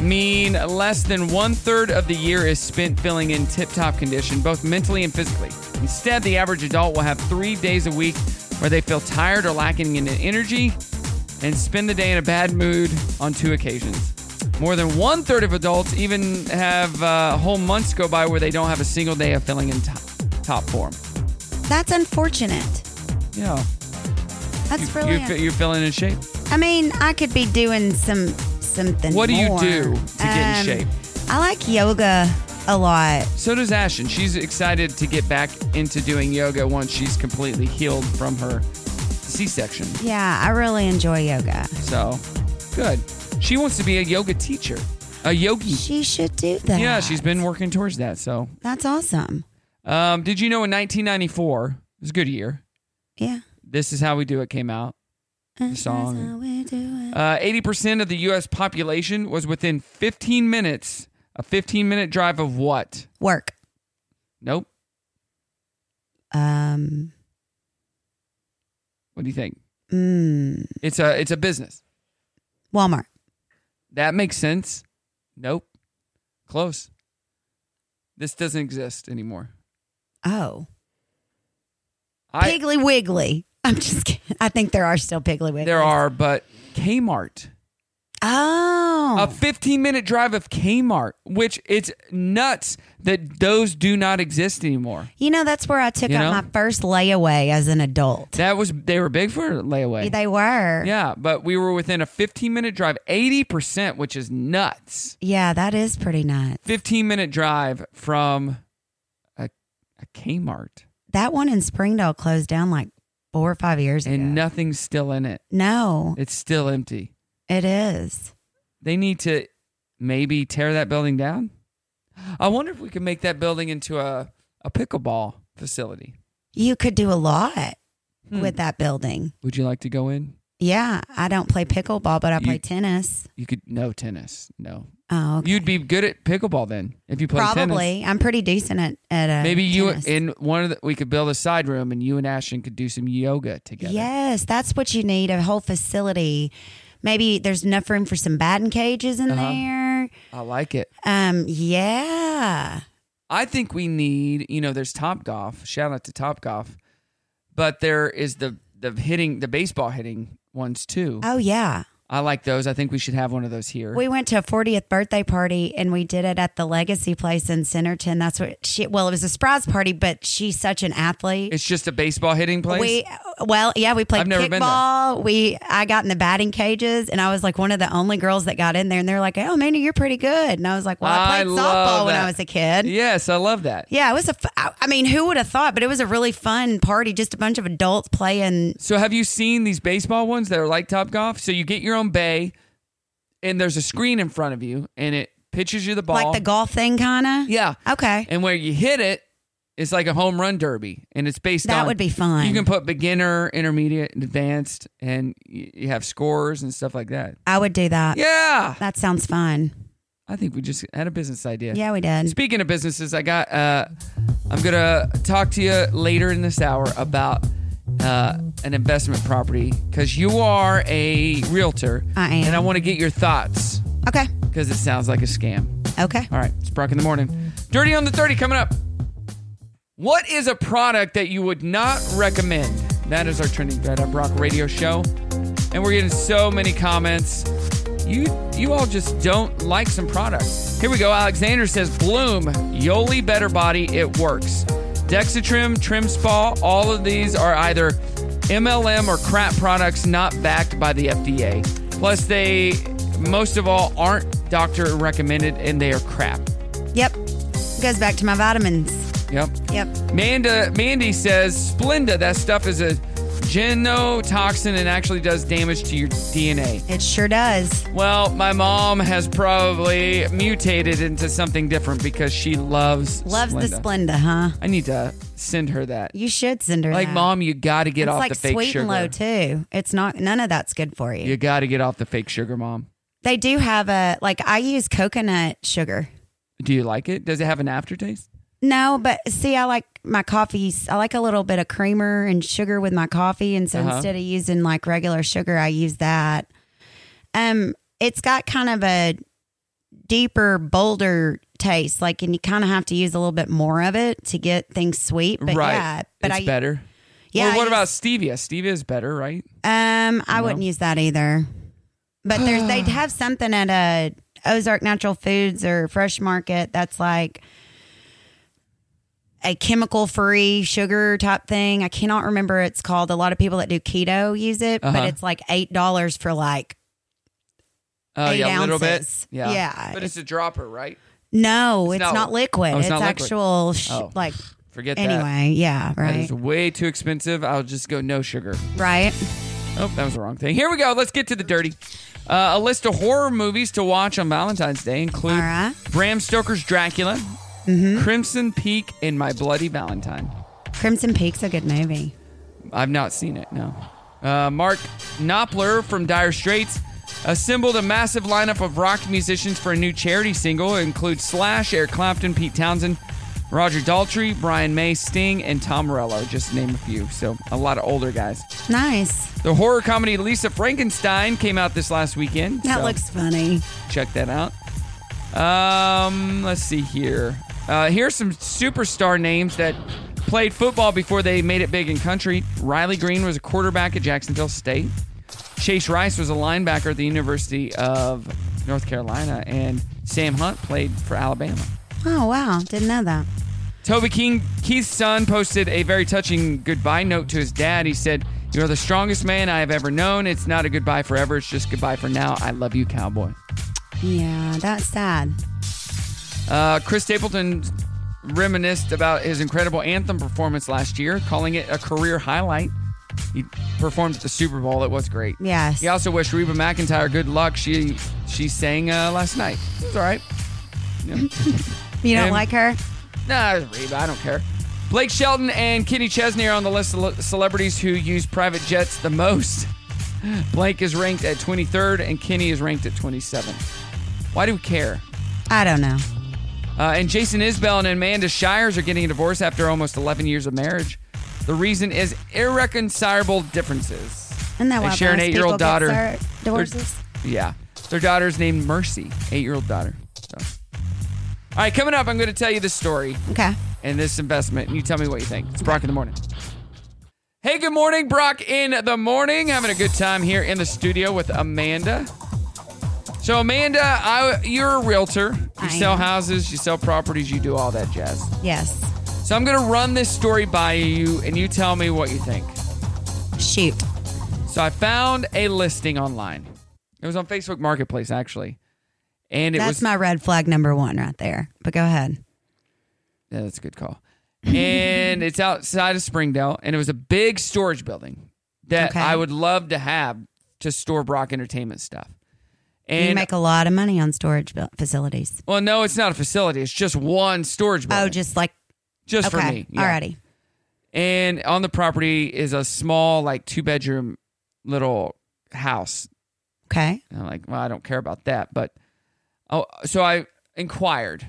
Speaker 6: mean less than one third of the year is spent feeling in tip top condition, both mentally and physically. Instead, the average adult will have three days a week where they feel tired or lacking in energy and spend the day in a bad mood on two occasions. More than one third of adults even have uh, whole months go by where they don't have a single day of feeling in top, top form.
Speaker 4: That's unfortunate.
Speaker 6: Yeah.
Speaker 4: That's
Speaker 6: You-
Speaker 4: really.
Speaker 6: you fe- you're feeling in shape?
Speaker 4: I mean, I could be doing some something.
Speaker 6: What do you
Speaker 4: more. Um,
Speaker 6: do to get in shape?
Speaker 4: I like yoga a lot.
Speaker 6: So does Ashton. She's excited to get back into doing yoga once she's completely healed from her C section.
Speaker 4: Yeah, I really enjoy yoga.
Speaker 6: So good. She wants to be a yoga teacher, a yogi.
Speaker 4: She should do that.
Speaker 6: Yeah, she's been working towards that. So,
Speaker 4: That's awesome.
Speaker 6: um, did you know in 1994, it was a good year.
Speaker 4: Yeah.
Speaker 6: This is how we do it came out. The song. Uh, 80% of the U.S. population was within 15 minutes, a 15 minute drive of what?
Speaker 4: Work.
Speaker 6: Nope.
Speaker 4: Um.
Speaker 6: What do you think?
Speaker 4: Mm,
Speaker 6: It's a it's a business.
Speaker 4: Walmart.
Speaker 6: That makes sense. Nope. Close. This doesn't exist anymore.
Speaker 4: Oh.
Speaker 6: I-
Speaker 4: Piggly Wiggly. I'm just kidding. I think there are still Piggly Wiggly.
Speaker 6: There are, but Kmart.
Speaker 4: Oh.
Speaker 6: A 15 minute drive of Kmart, which it's nuts that those do not exist anymore.
Speaker 4: You know, that's where I took
Speaker 6: You
Speaker 4: out
Speaker 6: know?
Speaker 4: my first layaway as an adult.
Speaker 6: That was, they were big for layaway.
Speaker 4: They were.
Speaker 6: yeah, but we were within a 15 minute drive, 80%, which is nuts.
Speaker 4: Yeah, that is pretty nuts.
Speaker 6: 15 minute drive from a, a Kmart
Speaker 4: That one in Springdale closed down like four or five years ago.
Speaker 6: and nothing's still in it.
Speaker 4: No,
Speaker 6: It's still empty.
Speaker 4: it is.
Speaker 6: They need to maybe tear that building down. I wonder if we could make that building into a, a pickleball facility.
Speaker 4: You could do a lot
Speaker 6: Hmm.
Speaker 4: with that building.
Speaker 6: Would you like to go in?
Speaker 4: Yeah, I don't play pickleball, but I play tennis.
Speaker 6: You could no tennis. No.
Speaker 4: Oh,
Speaker 6: You'd be good at pickleball then if you played
Speaker 4: Probably.
Speaker 6: tennis.
Speaker 4: I'm pretty decent at at uh,
Speaker 6: Maybe you
Speaker 4: tennis.
Speaker 6: in one of the, we could build a side room and you and Ashton could do some yoga together.
Speaker 4: Yes, that's what you need a whole facility. Maybe there's enough room for some batting cages in
Speaker 6: Uh-huh.
Speaker 4: there.
Speaker 6: I like it.
Speaker 4: Um, yeah.
Speaker 6: I think we need, you know, there's Top Golf. Shout out to Top Golf. But there is the the hitting the baseball hitting ones too.
Speaker 4: Oh yeah.
Speaker 6: I like those. I think we should have one of those here.
Speaker 4: We went to a 40th birthday party and we did it at the Legacy Place in Centerton. That's what she. Well, it was a surprise party, but she's such an athlete.
Speaker 6: it's just a baseball hitting place.
Speaker 4: We well, yeah, we played
Speaker 6: I've never been there.
Speaker 4: kickball. We I got in the batting cages and I was like one of the only girls that got in there. And they're like, "Oh, Manny, you're pretty good." And I was like, "Well, I played
Speaker 6: love
Speaker 4: softball when I
Speaker 6: that.
Speaker 4: was a kid."
Speaker 6: Yes, I love that.
Speaker 4: Yeah, it was a. f- I I mean, who would have thought? But it was a really fun party. Just a bunch of adults playing.
Speaker 6: So have you seen these baseball ones that are like Top Golf? So you get your own bay and there's a screen in front of you and it pitches you the ball.
Speaker 4: Like the golf thing, kind of.
Speaker 6: Yeah.
Speaker 4: Okay.
Speaker 6: And where you hit it, it's like a home run derby, and it's based
Speaker 4: That
Speaker 6: on
Speaker 4: would be fun.
Speaker 6: You can put beginner, intermediate, and advanced, and y- you have scores and stuff like that.
Speaker 4: I would do that.
Speaker 6: Yeah,
Speaker 4: that sounds fun.
Speaker 6: I think we just had a business idea.
Speaker 4: Yeah, we did.
Speaker 6: Speaking of businesses, I got. Uh, I'm gonna talk to you later in this hour about uh, an investment property because you are a realtor.
Speaker 4: I am.
Speaker 6: and I want to get your thoughts
Speaker 4: Okay.
Speaker 6: because it sounds like a scam.
Speaker 4: Okay.
Speaker 6: All right, it's Brock in the morning. Dirty on the 30 coming up. What is a product that you would not recommend? That is our trending thread on Brock Radio Show. And we're getting so many comments. You you all just don't like some products. Here we go. Alexander says Bloom, Yoli Better Body, it works. Dexatrim, Trim Spa, all of these are either MLM or crap products not backed by the FDA. Plus, they most of all aren't doctor recommended and they are crap.
Speaker 4: Yep. Goes back to my vitamins.
Speaker 6: Yep.
Speaker 4: Yep.
Speaker 6: Manda Mandy says Splenda. That stuff is a genotoxin and actually does damage to your DNA.
Speaker 4: It sure does.
Speaker 6: Well, my mom has probably mutated into something different because she loves
Speaker 4: Loves the Splenda, huh?
Speaker 6: I need to send her that.
Speaker 4: You should send her.
Speaker 6: Like,
Speaker 4: that.
Speaker 6: mom, you got to get
Speaker 4: it's
Speaker 6: off
Speaker 4: like
Speaker 6: the fake
Speaker 4: sweet
Speaker 6: sugar.
Speaker 4: and low too. It's not none of that's good for you.
Speaker 6: You got to get off the fake sugar, mom.
Speaker 4: They do have a like I use coconut sugar.
Speaker 6: Do you like it? Does it have an aftertaste?
Speaker 4: No, but see, I like my coffees. I like a little bit of creamer and sugar with my coffee, and so
Speaker 6: Uh-huh.
Speaker 4: instead of using like regular sugar, I use that. Um, it's got kind of a deeper, bolder taste. Like, and you kind of have to use a little bit more of it to get things sweet. But
Speaker 6: right.
Speaker 4: yeah, but
Speaker 6: it's
Speaker 4: I
Speaker 6: better.
Speaker 4: Yeah,
Speaker 6: Well, what
Speaker 4: I
Speaker 6: about stevia? Stevia is better, right?
Speaker 4: Um, I
Speaker 6: No?
Speaker 4: wouldn't use that either. But there's
Speaker 6: *sighs*
Speaker 4: they'd have something at a Ozark Natural Foods or Fresh Market that's like a chemical free sugar type thing. I cannot remember it's called. A lot of people that do keto use it,
Speaker 6: Uh-huh.
Speaker 4: but it's like eight dollars for like
Speaker 6: Oh
Speaker 4: Eight
Speaker 6: yeah, a little bit.
Speaker 4: ounces.
Speaker 6: Yeah.
Speaker 4: Yeah.
Speaker 6: But it's a dropper, right?
Speaker 4: no,
Speaker 6: It's
Speaker 4: it's,
Speaker 6: not-
Speaker 4: not, liquid.
Speaker 6: Oh, it's
Speaker 4: it's
Speaker 6: not liquid.
Speaker 4: actual sh-
Speaker 6: Oh.
Speaker 4: like
Speaker 6: Forget that.
Speaker 4: anyway. Yeah,
Speaker 6: That
Speaker 4: right,
Speaker 6: is way too expensive. I'll just go no sugar.
Speaker 4: right.
Speaker 6: Oh, that was the wrong thing. Here we go. Let's get to the dirty. Uh, a list of horror movies to watch on Valentine's Day include Bram Stoker's Dracula, Crimson Peak, and My Bloody Valentine.
Speaker 4: Crimson Peak's a good movie.
Speaker 6: I've not seen it, no. Uh, Mark Knopfler from Dire Straits assembled a massive lineup of rock musicians for a new charity single. It includes Slash, Eric Clapton, Pete Townsend, Roger Daltrey, Brian May, Sting, and Tom Morello, just to name a few. So a lot of older guys.
Speaker 4: Nice.
Speaker 6: The horror comedy Lisa Frankenstein came out this last weekend.
Speaker 4: That
Speaker 6: so
Speaker 4: looks funny.
Speaker 6: Check that out. Um, let's see here. Uh, here's some superstar names that played football before they made it big in country. Riley Green was a quarterback at Jacksonville State. Chase Rice was a linebacker at the University of North Carolina, and Sam Hunt played for Alabama.
Speaker 4: Oh wow, didn't know that.
Speaker 6: Toby King, Keith's son, posted a very touching goodbye note to his dad. He said, You're the strongest man I have ever known. It's not a goodbye forever, it's just goodbye for now. I love you, cowboy.
Speaker 4: Yeah, that's sad.
Speaker 6: Uh, Chris Stapleton reminisced about his incredible anthem performance last year, calling it a career highlight. He performed at the Super Bowl. It was great.
Speaker 4: Yes.
Speaker 6: He also wished Reba McIntyre good luck. She she sang uh, last night. It was all right.
Speaker 4: You don't
Speaker 6: And-
Speaker 4: like her?
Speaker 6: Nah, it's Reba. I don't care. Blake Shelton and Kenny Chesney are on the list of le- celebrities who use private jets the *laughs* most. Blake is ranked at 23rd and Kenny is ranked at 27th. Why do we care?
Speaker 4: I don't know.
Speaker 6: Uh, and Jason Isbell and Amanda Shires are getting a divorce after almost 11 years of marriage. The reason is irreconcilable differences.
Speaker 4: Isn't that
Speaker 6: They
Speaker 4: why
Speaker 6: share an
Speaker 4: most
Speaker 6: eight-year-old
Speaker 4: people get
Speaker 6: daughter.
Speaker 4: their divorces?
Speaker 6: Yeah. Their daughter's named Mercy, eight year old daughter. So. All right, coming up, I'm going to tell you this story.
Speaker 4: Okay.
Speaker 6: And this investment. And you tell me what you think. It's Brock in the morning. Hey, good morning, Brock in the morning. Having a good time here in the studio with Amanda. So, Amanda, I, you're a realtor. You sell houses, you sell properties, you do all that jazz.
Speaker 4: Yes.
Speaker 6: So, I'm going to run this story by you and you tell me what you think.
Speaker 4: Shoot.
Speaker 6: So, I found a listing online. It was on Facebook Marketplace, actually. And it
Speaker 4: That's
Speaker 6: was
Speaker 4: my red flag number one right there. But go ahead.
Speaker 6: Yeah, that's a good call. and it's outside of Springdale, and it was a big storage building that I would love to have to store Brock Entertainment stuff.
Speaker 4: you
Speaker 6: And
Speaker 4: make a lot of money on storage bu- facilities.
Speaker 6: well, no, it's not a facility; it's just one storage building.
Speaker 4: Oh, just like
Speaker 6: just for
Speaker 4: okay,
Speaker 6: me. yeah.
Speaker 4: Alrighty.
Speaker 6: And on the property is a small, like two bedroom, little house.
Speaker 4: Okay.
Speaker 6: And I'm like, well, I don't care about that, but oh, so I inquired,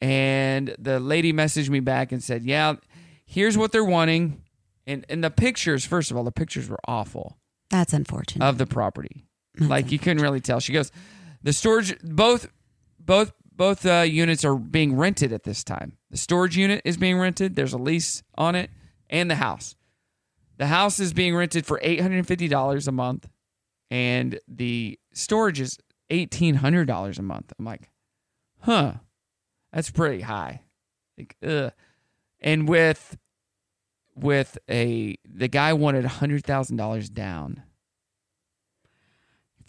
Speaker 6: and the lady messaged me back and said, yeah, here's what they're wanting, and and the pictures. First of all, the pictures were awful
Speaker 4: That's unfortunate.
Speaker 6: of the property. Like you couldn't really tell. She goes, the storage both both both uh, units are being rented at this time. The storage unit is being rented. There's a lease on it, and the house. The house is being rented for eight hundred and fifty dollars a month, and the storage is eighteen hundred dollars a month. I'm like, huh, that's pretty high. Like, ugh. And with with a the guy wanted hundred thousand dollars down.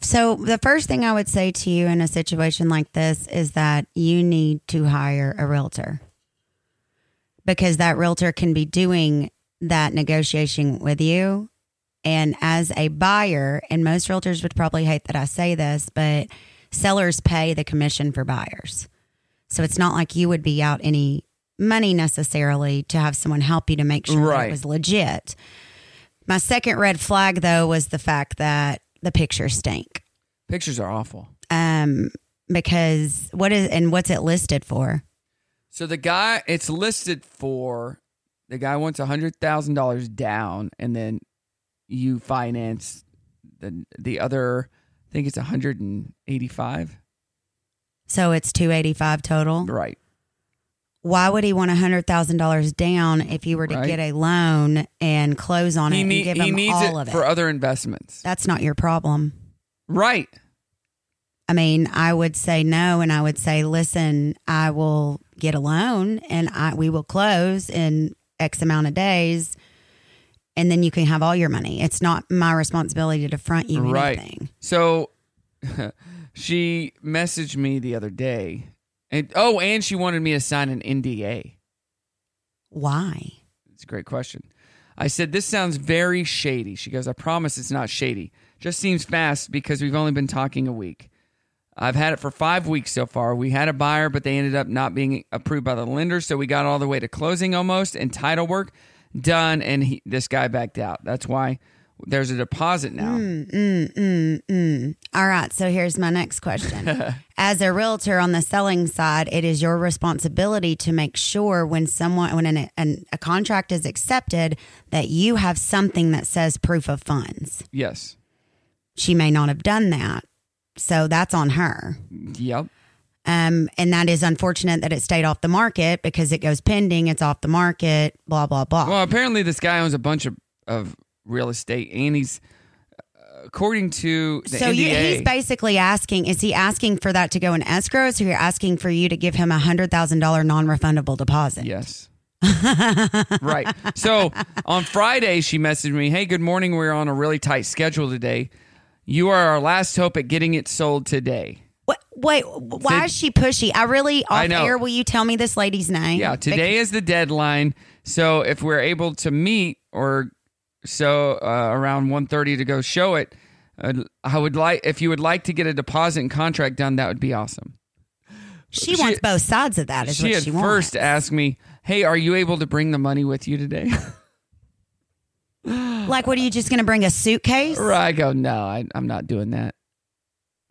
Speaker 4: So, the first thing I would say to you in a situation like this is that you need to hire a realtor because that realtor can be doing that negotiation with you. And as a buyer, and most realtors would probably hate that I say this, but sellers pay the commission for buyers. So, it's not like you would be out any money necessarily to have someone help you to make sure that
Speaker 6: Right.
Speaker 4: it was legit. My second red flag, though, was the fact that the pictures stink.
Speaker 6: Pictures are awful.
Speaker 4: Um, because what is and what's it listed for?
Speaker 6: So the guy, it's listed for the guy wants hundred thousand dollars down, and then you finance the the other. I think it's one hundred and eighty five.
Speaker 4: So it's two eighty five total.
Speaker 6: Right.
Speaker 4: Why would he want hundred thousand dollars down if you were to
Speaker 6: Right.
Speaker 4: get a loan and close on
Speaker 6: He,
Speaker 4: it
Speaker 6: need,
Speaker 4: and give
Speaker 6: he
Speaker 4: him
Speaker 6: needs
Speaker 4: all
Speaker 6: it,
Speaker 4: of it?
Speaker 6: for other investments.
Speaker 4: That's not your problem.
Speaker 6: Right.
Speaker 4: I mean, I would say no, and I would say, listen, I will get a loan, and I we will close in X amount of days, and then you can have all your money. It's not my responsibility to front you
Speaker 6: right.
Speaker 4: anything.
Speaker 6: So *laughs* she messaged me the other day, and oh, and she wanted me to sign an NDA.
Speaker 4: Why?
Speaker 6: It's a great question. I said, This sounds very shady. She goes, I promise it's not shady. Just seems fast because we've only been talking a week. I've had it for five weeks so far. We had a buyer, but they ended up not being approved by the lender. So we got all the way to closing almost and title work done. And he, this guy backed out. That's why there's a deposit now.
Speaker 4: Mm, mm, mm, mm. All right. So here's my next
Speaker 6: *laughs*
Speaker 4: question. As a realtor on the selling side, it is your responsibility to make sure when someone, when an, an, a contract is accepted, that you have something that says proof of funds.
Speaker 6: Yes.
Speaker 4: She may not have done that. So that's on her.
Speaker 6: Yep.
Speaker 4: Um, and that is unfortunate that it stayed off the market because it goes pending, it's off the market, blah, blah, blah.
Speaker 6: Well, apparently this guy owns a bunch of, of real estate and he's, uh, according to the
Speaker 4: So
Speaker 6: NDA,
Speaker 4: you, he's basically asking, is he asking for that to go in escrow? So you're asking for you to give him a hundred thousand dollar non-refundable deposit.
Speaker 6: Yes. right. So on Friday, she messaged me, Hey, good morning. We're on a really tight schedule today. You are our last hope at getting it sold today.
Speaker 4: What, wait, why
Speaker 6: Did-
Speaker 4: is she pushy? I really off
Speaker 6: I know.
Speaker 4: air. Will you tell me this lady's name?
Speaker 6: Yeah, today is the deadline. So if we're able to meet or so uh, around 1.30 to go show it, uh, I would like if you would like to get a deposit and contract done, that would be awesome.
Speaker 4: She, wants both sides of that. Is
Speaker 6: she
Speaker 4: what
Speaker 6: had
Speaker 4: she wants.
Speaker 6: first asked me, "Hey, are you able to bring the money with you today?" *laughs*
Speaker 4: Like, what are you just going to bring a suitcase?
Speaker 6: Right. I go, no, I, I'm not doing that.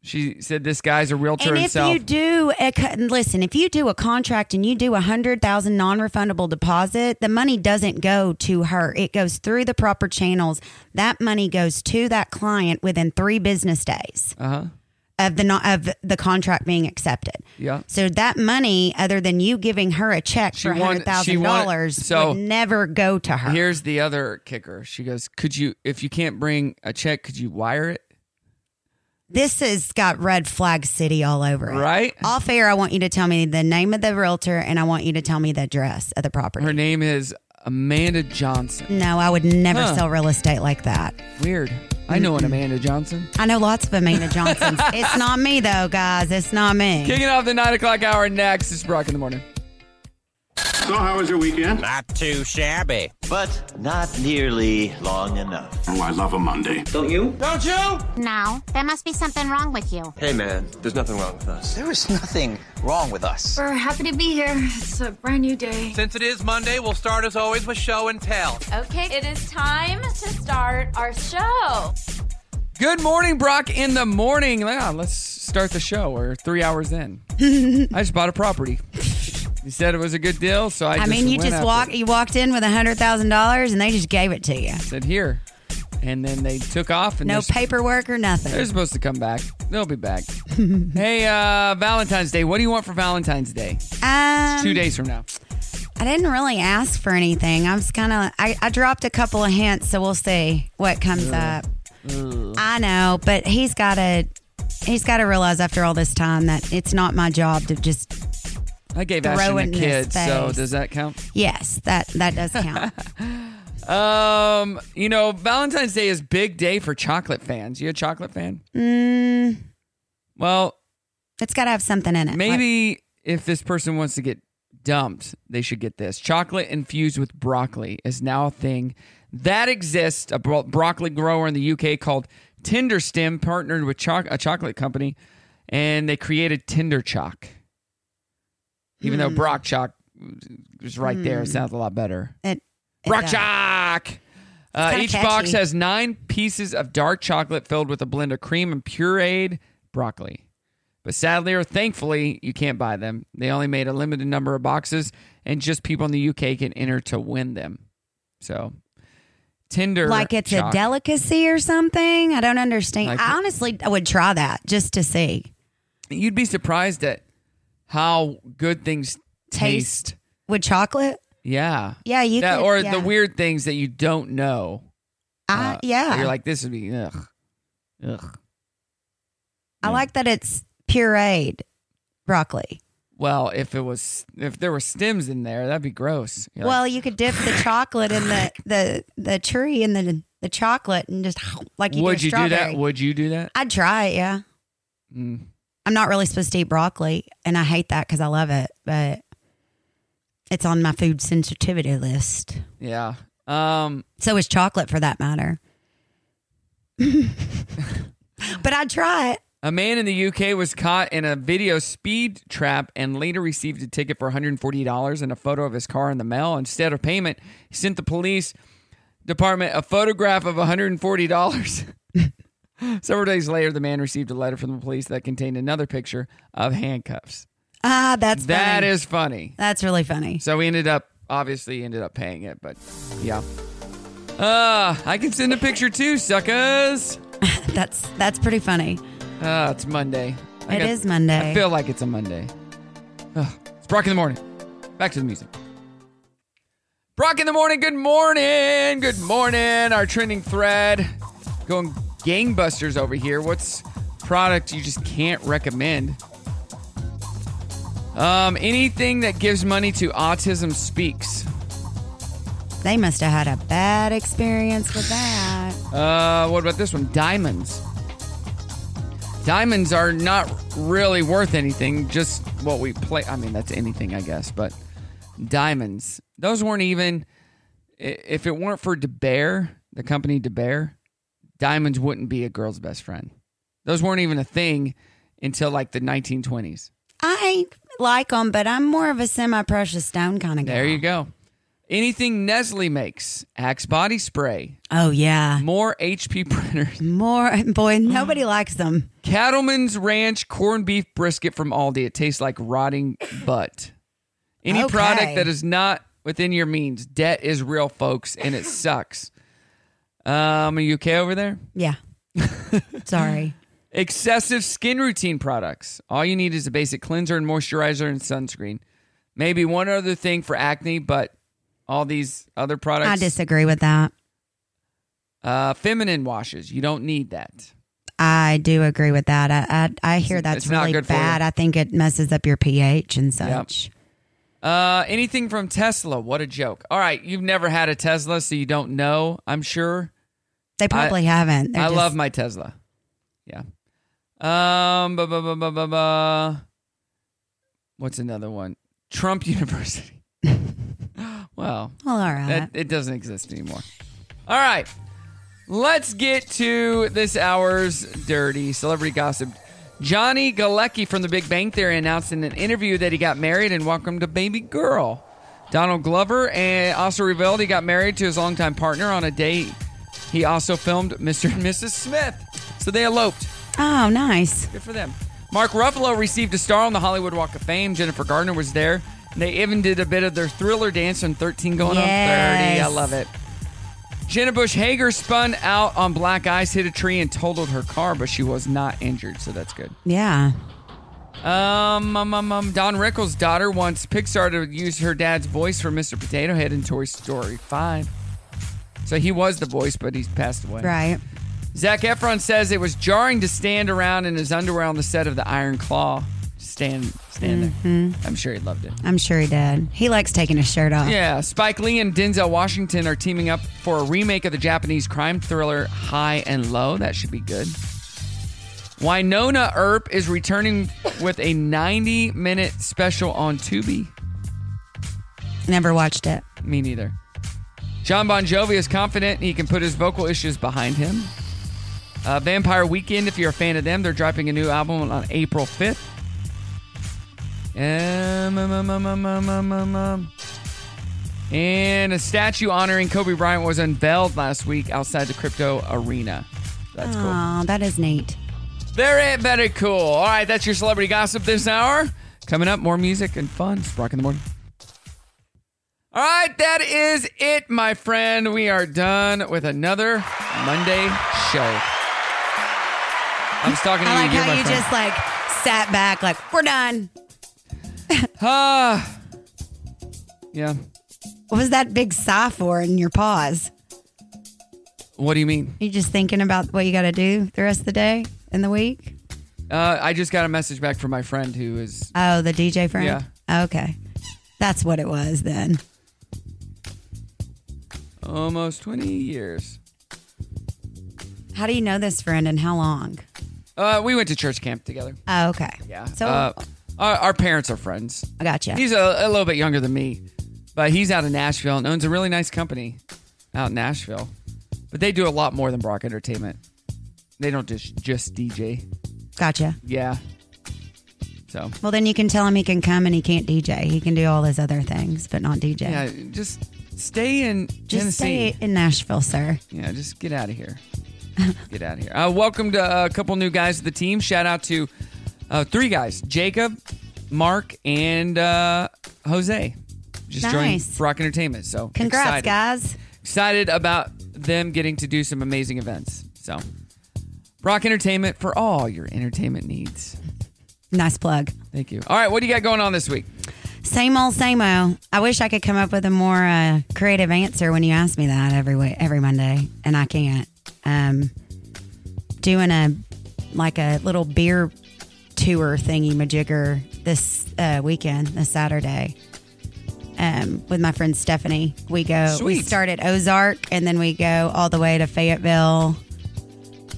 Speaker 6: She said this guy's a realtor
Speaker 4: and if
Speaker 6: himself.
Speaker 4: you do a, co- listen if you do a contract and you do a hundred thousand non-refundable deposit the money doesn't go to her it goes through the proper channels that money goes to that client within three business days
Speaker 6: uh-huh.
Speaker 4: of the no- of the contract being accepted
Speaker 6: Yeah.
Speaker 4: so that money other than you giving her a check for
Speaker 6: won- she won-
Speaker 4: $100000
Speaker 6: so-
Speaker 4: would never go to her
Speaker 6: Here's the other kicker. She goes, "Could you, if you can't bring a check, could you wire it?"
Speaker 4: This has got red flag city all over it.
Speaker 6: Right?
Speaker 4: Off air, I want you to tell me the name of the realtor and I want you to tell me the address of the property.
Speaker 6: Her name is Amanda Johnson.
Speaker 4: No, I would never
Speaker 6: Huh.
Speaker 4: sell real estate like that.
Speaker 6: Weird. I know an Amanda Johnson.
Speaker 4: I know lots of Amanda
Speaker 6: *laughs*
Speaker 4: Johnsons. it's not me, though, guys. It's not me.
Speaker 6: Kicking off the nine o'clock hour next. It's Brock in the morning.
Speaker 20: So, how was your weekend?
Speaker 21: Not too shabby, but not nearly long enough. Oh, I love a Monday. Don't you?
Speaker 14: Don't you? No, there must be something wrong with you.
Speaker 21: Hey, man, there's nothing wrong with us. There is nothing wrong with us.
Speaker 18: We're happy to be here. It's a brand new day.
Speaker 22: Since it is Monday, we'll start as always with show and tell.
Speaker 23: Okay, it is time to start our show.
Speaker 6: Good morning, Brock. In the morning. Yeah, let's start the show. We're three hours
Speaker 4: *laughs*
Speaker 6: in. I just bought a property. You said it was a good deal, so I.
Speaker 4: I,
Speaker 6: just
Speaker 4: mean, you
Speaker 6: went
Speaker 4: just
Speaker 6: after
Speaker 4: walk,
Speaker 6: it.
Speaker 4: you walked in with $100,000 and they just gave it to you.
Speaker 6: Said here, and then they took off. And
Speaker 4: No
Speaker 6: they're s-
Speaker 4: paperwork or
Speaker 6: They're
Speaker 4: nothing.
Speaker 6: supposed to come back. They'll be back. hey, uh, Valentine's Day. What do you want for Valentine's Day?
Speaker 4: Um,
Speaker 6: It's two days from now.
Speaker 4: I didn't really ask for anything. I was kind of, I, I dropped a couple of hints, so we'll see what comes
Speaker 6: Ugh.
Speaker 4: up. I know, but he's got to, he's got to realize after all this time that it's not my job to just.
Speaker 6: I gave
Speaker 4: throw it
Speaker 6: Ashton
Speaker 4: in
Speaker 6: a
Speaker 4: his
Speaker 6: kid, so
Speaker 4: face.
Speaker 6: does that count?
Speaker 4: Yes, that that does count.
Speaker 6: Um, you know, Valentine's Day is big day for chocolate fans. You a chocolate fan?
Speaker 4: mm,
Speaker 6: Well,
Speaker 4: it's got to have something in it.
Speaker 6: maybe if this person wants to get dumped, they should get this. Chocolate infused with broccoli is now a thing that exists. A bro- broccoli grower in the UK called Tinderstem partnered with cho- a chocolate company, and they created Tinder Chalk. Even though
Speaker 4: Hmm.
Speaker 6: Brock Chalk was right there, it
Speaker 4: Hmm.
Speaker 6: sounds a lot better.
Speaker 4: It, it
Speaker 6: Brock
Speaker 4: does.
Speaker 6: Chalk. Uh,
Speaker 4: kinda
Speaker 6: each box
Speaker 4: catchy.
Speaker 6: has nine pieces of dark chocolate filled with a blend of cream and pureed broccoli. But sadly or thankfully, you can't buy them. They only made a limited number of boxes, and just people in the UK can enter to win them. So, Tinder.
Speaker 4: like it's a
Speaker 6: Chalk.
Speaker 4: delicacy or something. I don't understand.
Speaker 6: Like-
Speaker 4: I honestly I would try that just to see.
Speaker 6: You'd be surprised at how good things taste.
Speaker 4: Taste with chocolate.
Speaker 6: Yeah.
Speaker 4: Yeah, you
Speaker 6: That-
Speaker 4: could-
Speaker 6: or
Speaker 4: yeah.
Speaker 6: the weird things that you don't know.
Speaker 4: I-
Speaker 6: Uh,
Speaker 4: yeah.
Speaker 6: You're like, this would be, ugh. Ugh.
Speaker 4: I like that it's pureed broccoli.
Speaker 6: Well, if it was if there were stems in there, that'd be gross. You're
Speaker 4: well,
Speaker 6: like,
Speaker 4: you could dip the
Speaker 6: *laughs*
Speaker 4: chocolate in the the the tree and the the chocolate and just *laughs* like you
Speaker 6: would
Speaker 4: do a
Speaker 6: you do that?
Speaker 4: strawberry.
Speaker 6: Would you do that?
Speaker 4: I'd try it. Yeah,
Speaker 6: Mm.
Speaker 4: I'm not really supposed to eat broccoli, and I hate that because I love it, but it's on my food sensitivity list.
Speaker 6: Yeah. Um.
Speaker 4: So is chocolate, for that
Speaker 6: *laughs*
Speaker 4: matter. but I'd try it.
Speaker 6: A man in the UK was caught in a video speed trap and later received a ticket for $140 and a photo of his car in the mail. Instead of payment, he sent the police department a photograph of $140. *laughs* Several days later, the man received a letter from the police that contained another picture of handcuffs.
Speaker 4: Ah, that's funny.
Speaker 6: That is funny.
Speaker 4: that's really funny.
Speaker 6: So we ended up, obviously, ended up paying it, but yeah. Uh, I can send a picture too, suckers.
Speaker 4: That's that's pretty funny.
Speaker 6: Uh, it's Monday. I
Speaker 4: It is Monday.
Speaker 6: I feel like it's a Monday. Ugh. it's Brock in the morning. Back to the music. Brock in the morning. Good morning. Good morning. Our trending thread going gangbusters over here. What's product you just can't recommend? Um, anything that gives money to Autism Speaks.
Speaker 4: They must have had a bad experience with that.
Speaker 6: Uh, what about this one? Diamonds. Diamonds are not really worth anything, just what we play. I mean, that's anything, I guess, but diamonds. Those weren't even, i- if it weren't for DeBear, the company DeBear, diamonds wouldn't be a girl's best friend. Those weren't even a thing until like the 1920s.
Speaker 4: I like them, but I'm more of a semi-precious stone kind of guy.
Speaker 6: There you go. Anything Nestle makes, Axe body spray.
Speaker 4: Oh yeah.
Speaker 6: More HP printers.
Speaker 4: More *laughs*
Speaker 6: Oh.
Speaker 4: boy, nobody likes them.
Speaker 6: Cattleman's Ranch corned beef brisket from Aldi. It tastes like rotting butt. Any
Speaker 4: Okay.
Speaker 6: product that is not within your means, debt is real, folks,
Speaker 4: *sighs*
Speaker 6: and it sucks. Um, are you okay over there? *laughs*
Speaker 4: Yeah. Sorry.
Speaker 6: Excessive skin routine products. All you need is a basic cleanser and moisturizer and sunscreen. Maybe one other thing for acne, but all these other products.
Speaker 4: I disagree with that.
Speaker 6: Uh, feminine washes. You don't need that.
Speaker 4: I do agree with that. I I, I hear that's
Speaker 6: it's not
Speaker 4: really
Speaker 6: good for you.
Speaker 4: bad. I think it messes up your pH and such.
Speaker 6: Uh, anything from Tesla. What a joke. All right. You've never had a Tesla, so you don't know, I'm sure.
Speaker 4: They probably
Speaker 6: I-
Speaker 4: haven't. They're
Speaker 6: I
Speaker 4: just-
Speaker 6: love my Tesla. Yeah. Um, ba, ba, ba, ba, ba, ba. what's another one? Trump *laughs* University. well,
Speaker 4: Well, all right.
Speaker 6: that- it doesn't exist anymore. All right. Let's get to this hour's dirty celebrity gossip. Johnny Galecki from The Big Bang Theory announced in an interview that he got married and welcomed a baby girl. Donald Glover and also revealed he got married to his longtime partner on a date. He also filmed Mr. and Mrs. Smith. So they eloped.
Speaker 4: Oh, nice.
Speaker 6: Good for them. Mark Ruffalo received a star on the Hollywood Walk of Fame. Jennifer Gardner was there. And they even did a bit of their thriller dance on 13 going
Speaker 4: Yes.
Speaker 6: on 30. I love it. Jenna Bush Hager spun out on black ice, hit a tree, and totaled her car, but she was not injured, so that's good.
Speaker 4: Yeah.
Speaker 6: Um, um, um, um, Don Rickles' daughter wants Pixar to use her dad's voice for Mr. Potato Head in Toy Story 5. So he was the voice, but he's passed away.
Speaker 4: Right.
Speaker 6: Zach Efron says it was jarring to stand around in his underwear on the set of the Iron Claw. Just Stand, stand
Speaker 4: Mhm.
Speaker 6: there. I'm sure he loved it.
Speaker 4: I'm sure he did. He likes taking his shirt off.
Speaker 6: Yeah, Spike Lee and Denzel Washington are teaming up for a remake of the Japanese crime thriller High and Low. That should be good. Winona Earp is returning with a 90 minute special on Tubi.
Speaker 4: Never watched it.
Speaker 6: Me neither. John Bon Jovi is confident he can put his vocal issues behind him. Uh, Vampire Weekend, if you're a fan of them, they're dropping a new album on April 5th. Um, um, um, um, um, um, um, um, um. And a statue honoring Kobe Bryant was unveiled last week outside the crypto arena. That's cool.
Speaker 4: Aw, that is neat.
Speaker 6: Very, very cool. All right, that's your celebrity gossip this hour. Coming up, more music and fun. It's Brock in the morning. All right, that is it, my friend. We are done with another Monday show. I'm just talking to
Speaker 4: I
Speaker 6: you
Speaker 4: like
Speaker 6: again,
Speaker 4: how
Speaker 6: my
Speaker 4: you
Speaker 6: friend.
Speaker 4: just like sat back, like we're done.
Speaker 6: Ah. yeah.
Speaker 4: What was that big sigh for in your pause?
Speaker 6: What do you mean?
Speaker 4: You just thinking about what you got to do the rest of the day and the week?
Speaker 6: Uh, I just got a message back from my friend who is.
Speaker 4: Oh, the DJ friend. Yeah. Okay, that's what it was then.
Speaker 6: Almost 20 years.
Speaker 4: How do you know this friend and how long?
Speaker 6: Uh, we went to church camp together.
Speaker 4: Oh, okay.
Speaker 6: Yeah.
Speaker 4: So
Speaker 6: uh, our, our parents are friends.
Speaker 4: I gotcha.
Speaker 6: He's a, a little bit younger than me, but he's out of Nashville and owns a really nice company out in Nashville. But they do a lot more than Brock Entertainment. They don't just just DJ.
Speaker 4: gotcha.
Speaker 6: Yeah. So
Speaker 4: Well, then you can tell him he can come and he can't DJ. He can do all those other things, but not DJ.
Speaker 6: yeah, just stay in
Speaker 4: Just
Speaker 6: Tennessee.
Speaker 4: stay in Nashville, sir.
Speaker 6: Yeah, just get out of here. get out of here. Uh, welcome to uh, a couple new guys to the team. Shout out to uh, three guys Jacob, Mark, and uh, Jose. Just
Speaker 4: Nice.
Speaker 6: joined Rock Entertainment. So
Speaker 4: Congrats,
Speaker 6: excited.
Speaker 4: guys.
Speaker 6: Excited about them getting to do some amazing events. So, Rock Entertainment for all your entertainment needs.
Speaker 4: Nice plug.
Speaker 6: Thank you. All right, what do you got going on this week?
Speaker 4: Same old, same old. I wish I could come up with a more uh, creative answer when you ask me that every way, every Monday, and I can't. Um, doing a like a little beer tour thingy majigger this uh, weekend, this Saturday. Um, with my friend Stephanie, we go. We
Speaker 1: Sweet.
Speaker 4: start at Ozark, and then we go all the way to Fayetteville.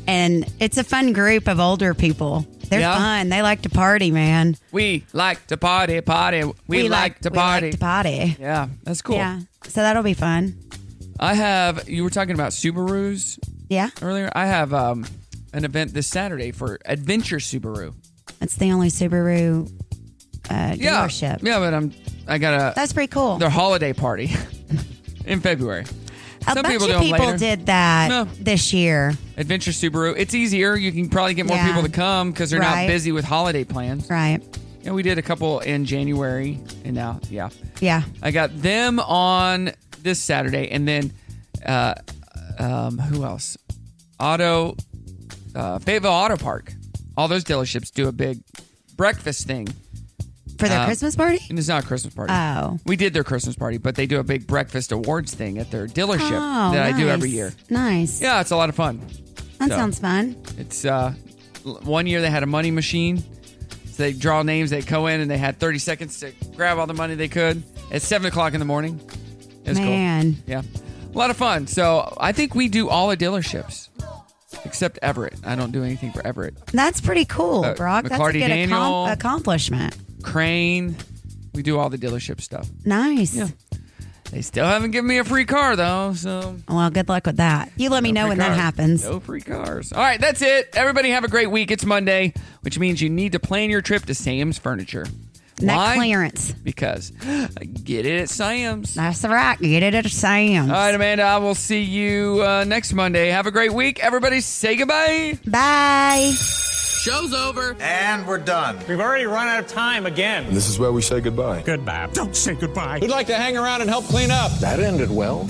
Speaker 4: And it's a fun group of older people. They're
Speaker 6: Yeah.
Speaker 4: fun. They like to party, man.
Speaker 6: We like to party, party. We, like, to
Speaker 4: we like
Speaker 6: party.
Speaker 4: to party.
Speaker 6: Yeah, that's cool.
Speaker 4: Yeah. So that'll be fun.
Speaker 6: I have. You were talking about Subarus.
Speaker 4: Yeah.
Speaker 6: Earlier, I have um, an event this Saturday for Adventure Subaru.
Speaker 4: It's the only Subaru uh,
Speaker 6: Yeah.
Speaker 4: dealership.
Speaker 6: Yeah, but I'm. I got a.
Speaker 4: That's pretty cool.
Speaker 6: Their holiday party. *laughs* in February.
Speaker 4: A
Speaker 6: Some
Speaker 4: bunch
Speaker 6: people do
Speaker 4: of
Speaker 6: 'em
Speaker 4: people
Speaker 6: later.
Speaker 4: did that
Speaker 6: No.
Speaker 4: this year.
Speaker 6: Adventure Subaru. It's easier. You can probably get more
Speaker 4: Yeah.
Speaker 6: people to come because they're
Speaker 4: Right.
Speaker 6: not busy with holiday plans.
Speaker 4: Right.
Speaker 6: Yeah, we did a couple in January, and now yeah,
Speaker 4: Yeah.
Speaker 6: I got them on this Saturday, and then uh, um, who else? Auto uh, Fayetteville Auto Park. All those dealerships do a big breakfast thing
Speaker 4: For their
Speaker 6: Uh,
Speaker 4: Christmas party?
Speaker 6: And it's not a Christmas party.
Speaker 4: Oh.
Speaker 6: we did their Christmas party, but they do a big breakfast awards thing at their dealership
Speaker 4: Oh,
Speaker 6: that I do every
Speaker 4: nice.
Speaker 6: year.
Speaker 4: Nice.
Speaker 6: Yeah, it's a lot of fun.
Speaker 4: That
Speaker 6: So-
Speaker 4: sounds fun.
Speaker 6: it's uh, l- one year they had a money machine. So they draw names, they go in, and they had 30 seconds to grab all the money they could at 7 o'clock in the morning. It was
Speaker 4: Man.
Speaker 6: cool. Yeah. A lot of fun. So I think we do all the dealerships except Everett. I don't do anything for Everett.
Speaker 4: That's pretty cool,
Speaker 6: Uh,
Speaker 4: Brock. That's a
Speaker 6: McCarty
Speaker 4: good accom-
Speaker 6: Daniel.
Speaker 4: accomplishment.
Speaker 6: Crane. We do all the dealership stuff.
Speaker 4: Nice.
Speaker 6: They still haven't given me a free car, though. So
Speaker 4: Well, good luck with that. You let me know
Speaker 6: free
Speaker 4: when that
Speaker 6: cars.
Speaker 4: happens.
Speaker 6: No free cars. All right, that's it. Everybody have a great week. It's Monday, which means you need to plan your trip to Sam's Furniture.
Speaker 4: That
Speaker 6: Why?
Speaker 4: clearance.
Speaker 6: Because get it at Sam's.
Speaker 4: That's right. Get it at Sam's.
Speaker 6: All right, Amanda, I will see you uh, next Monday. Have a great week. Everybody say goodbye.
Speaker 4: Bye.
Speaker 22: Show's over. And we're done.
Speaker 1: We've already run out of time again.
Speaker 15: And this is where we say goodbye.
Speaker 1: Goodbye. Don't say goodbye.
Speaker 22: Who'd like to hang around and help clean up?
Speaker 15: That ended well.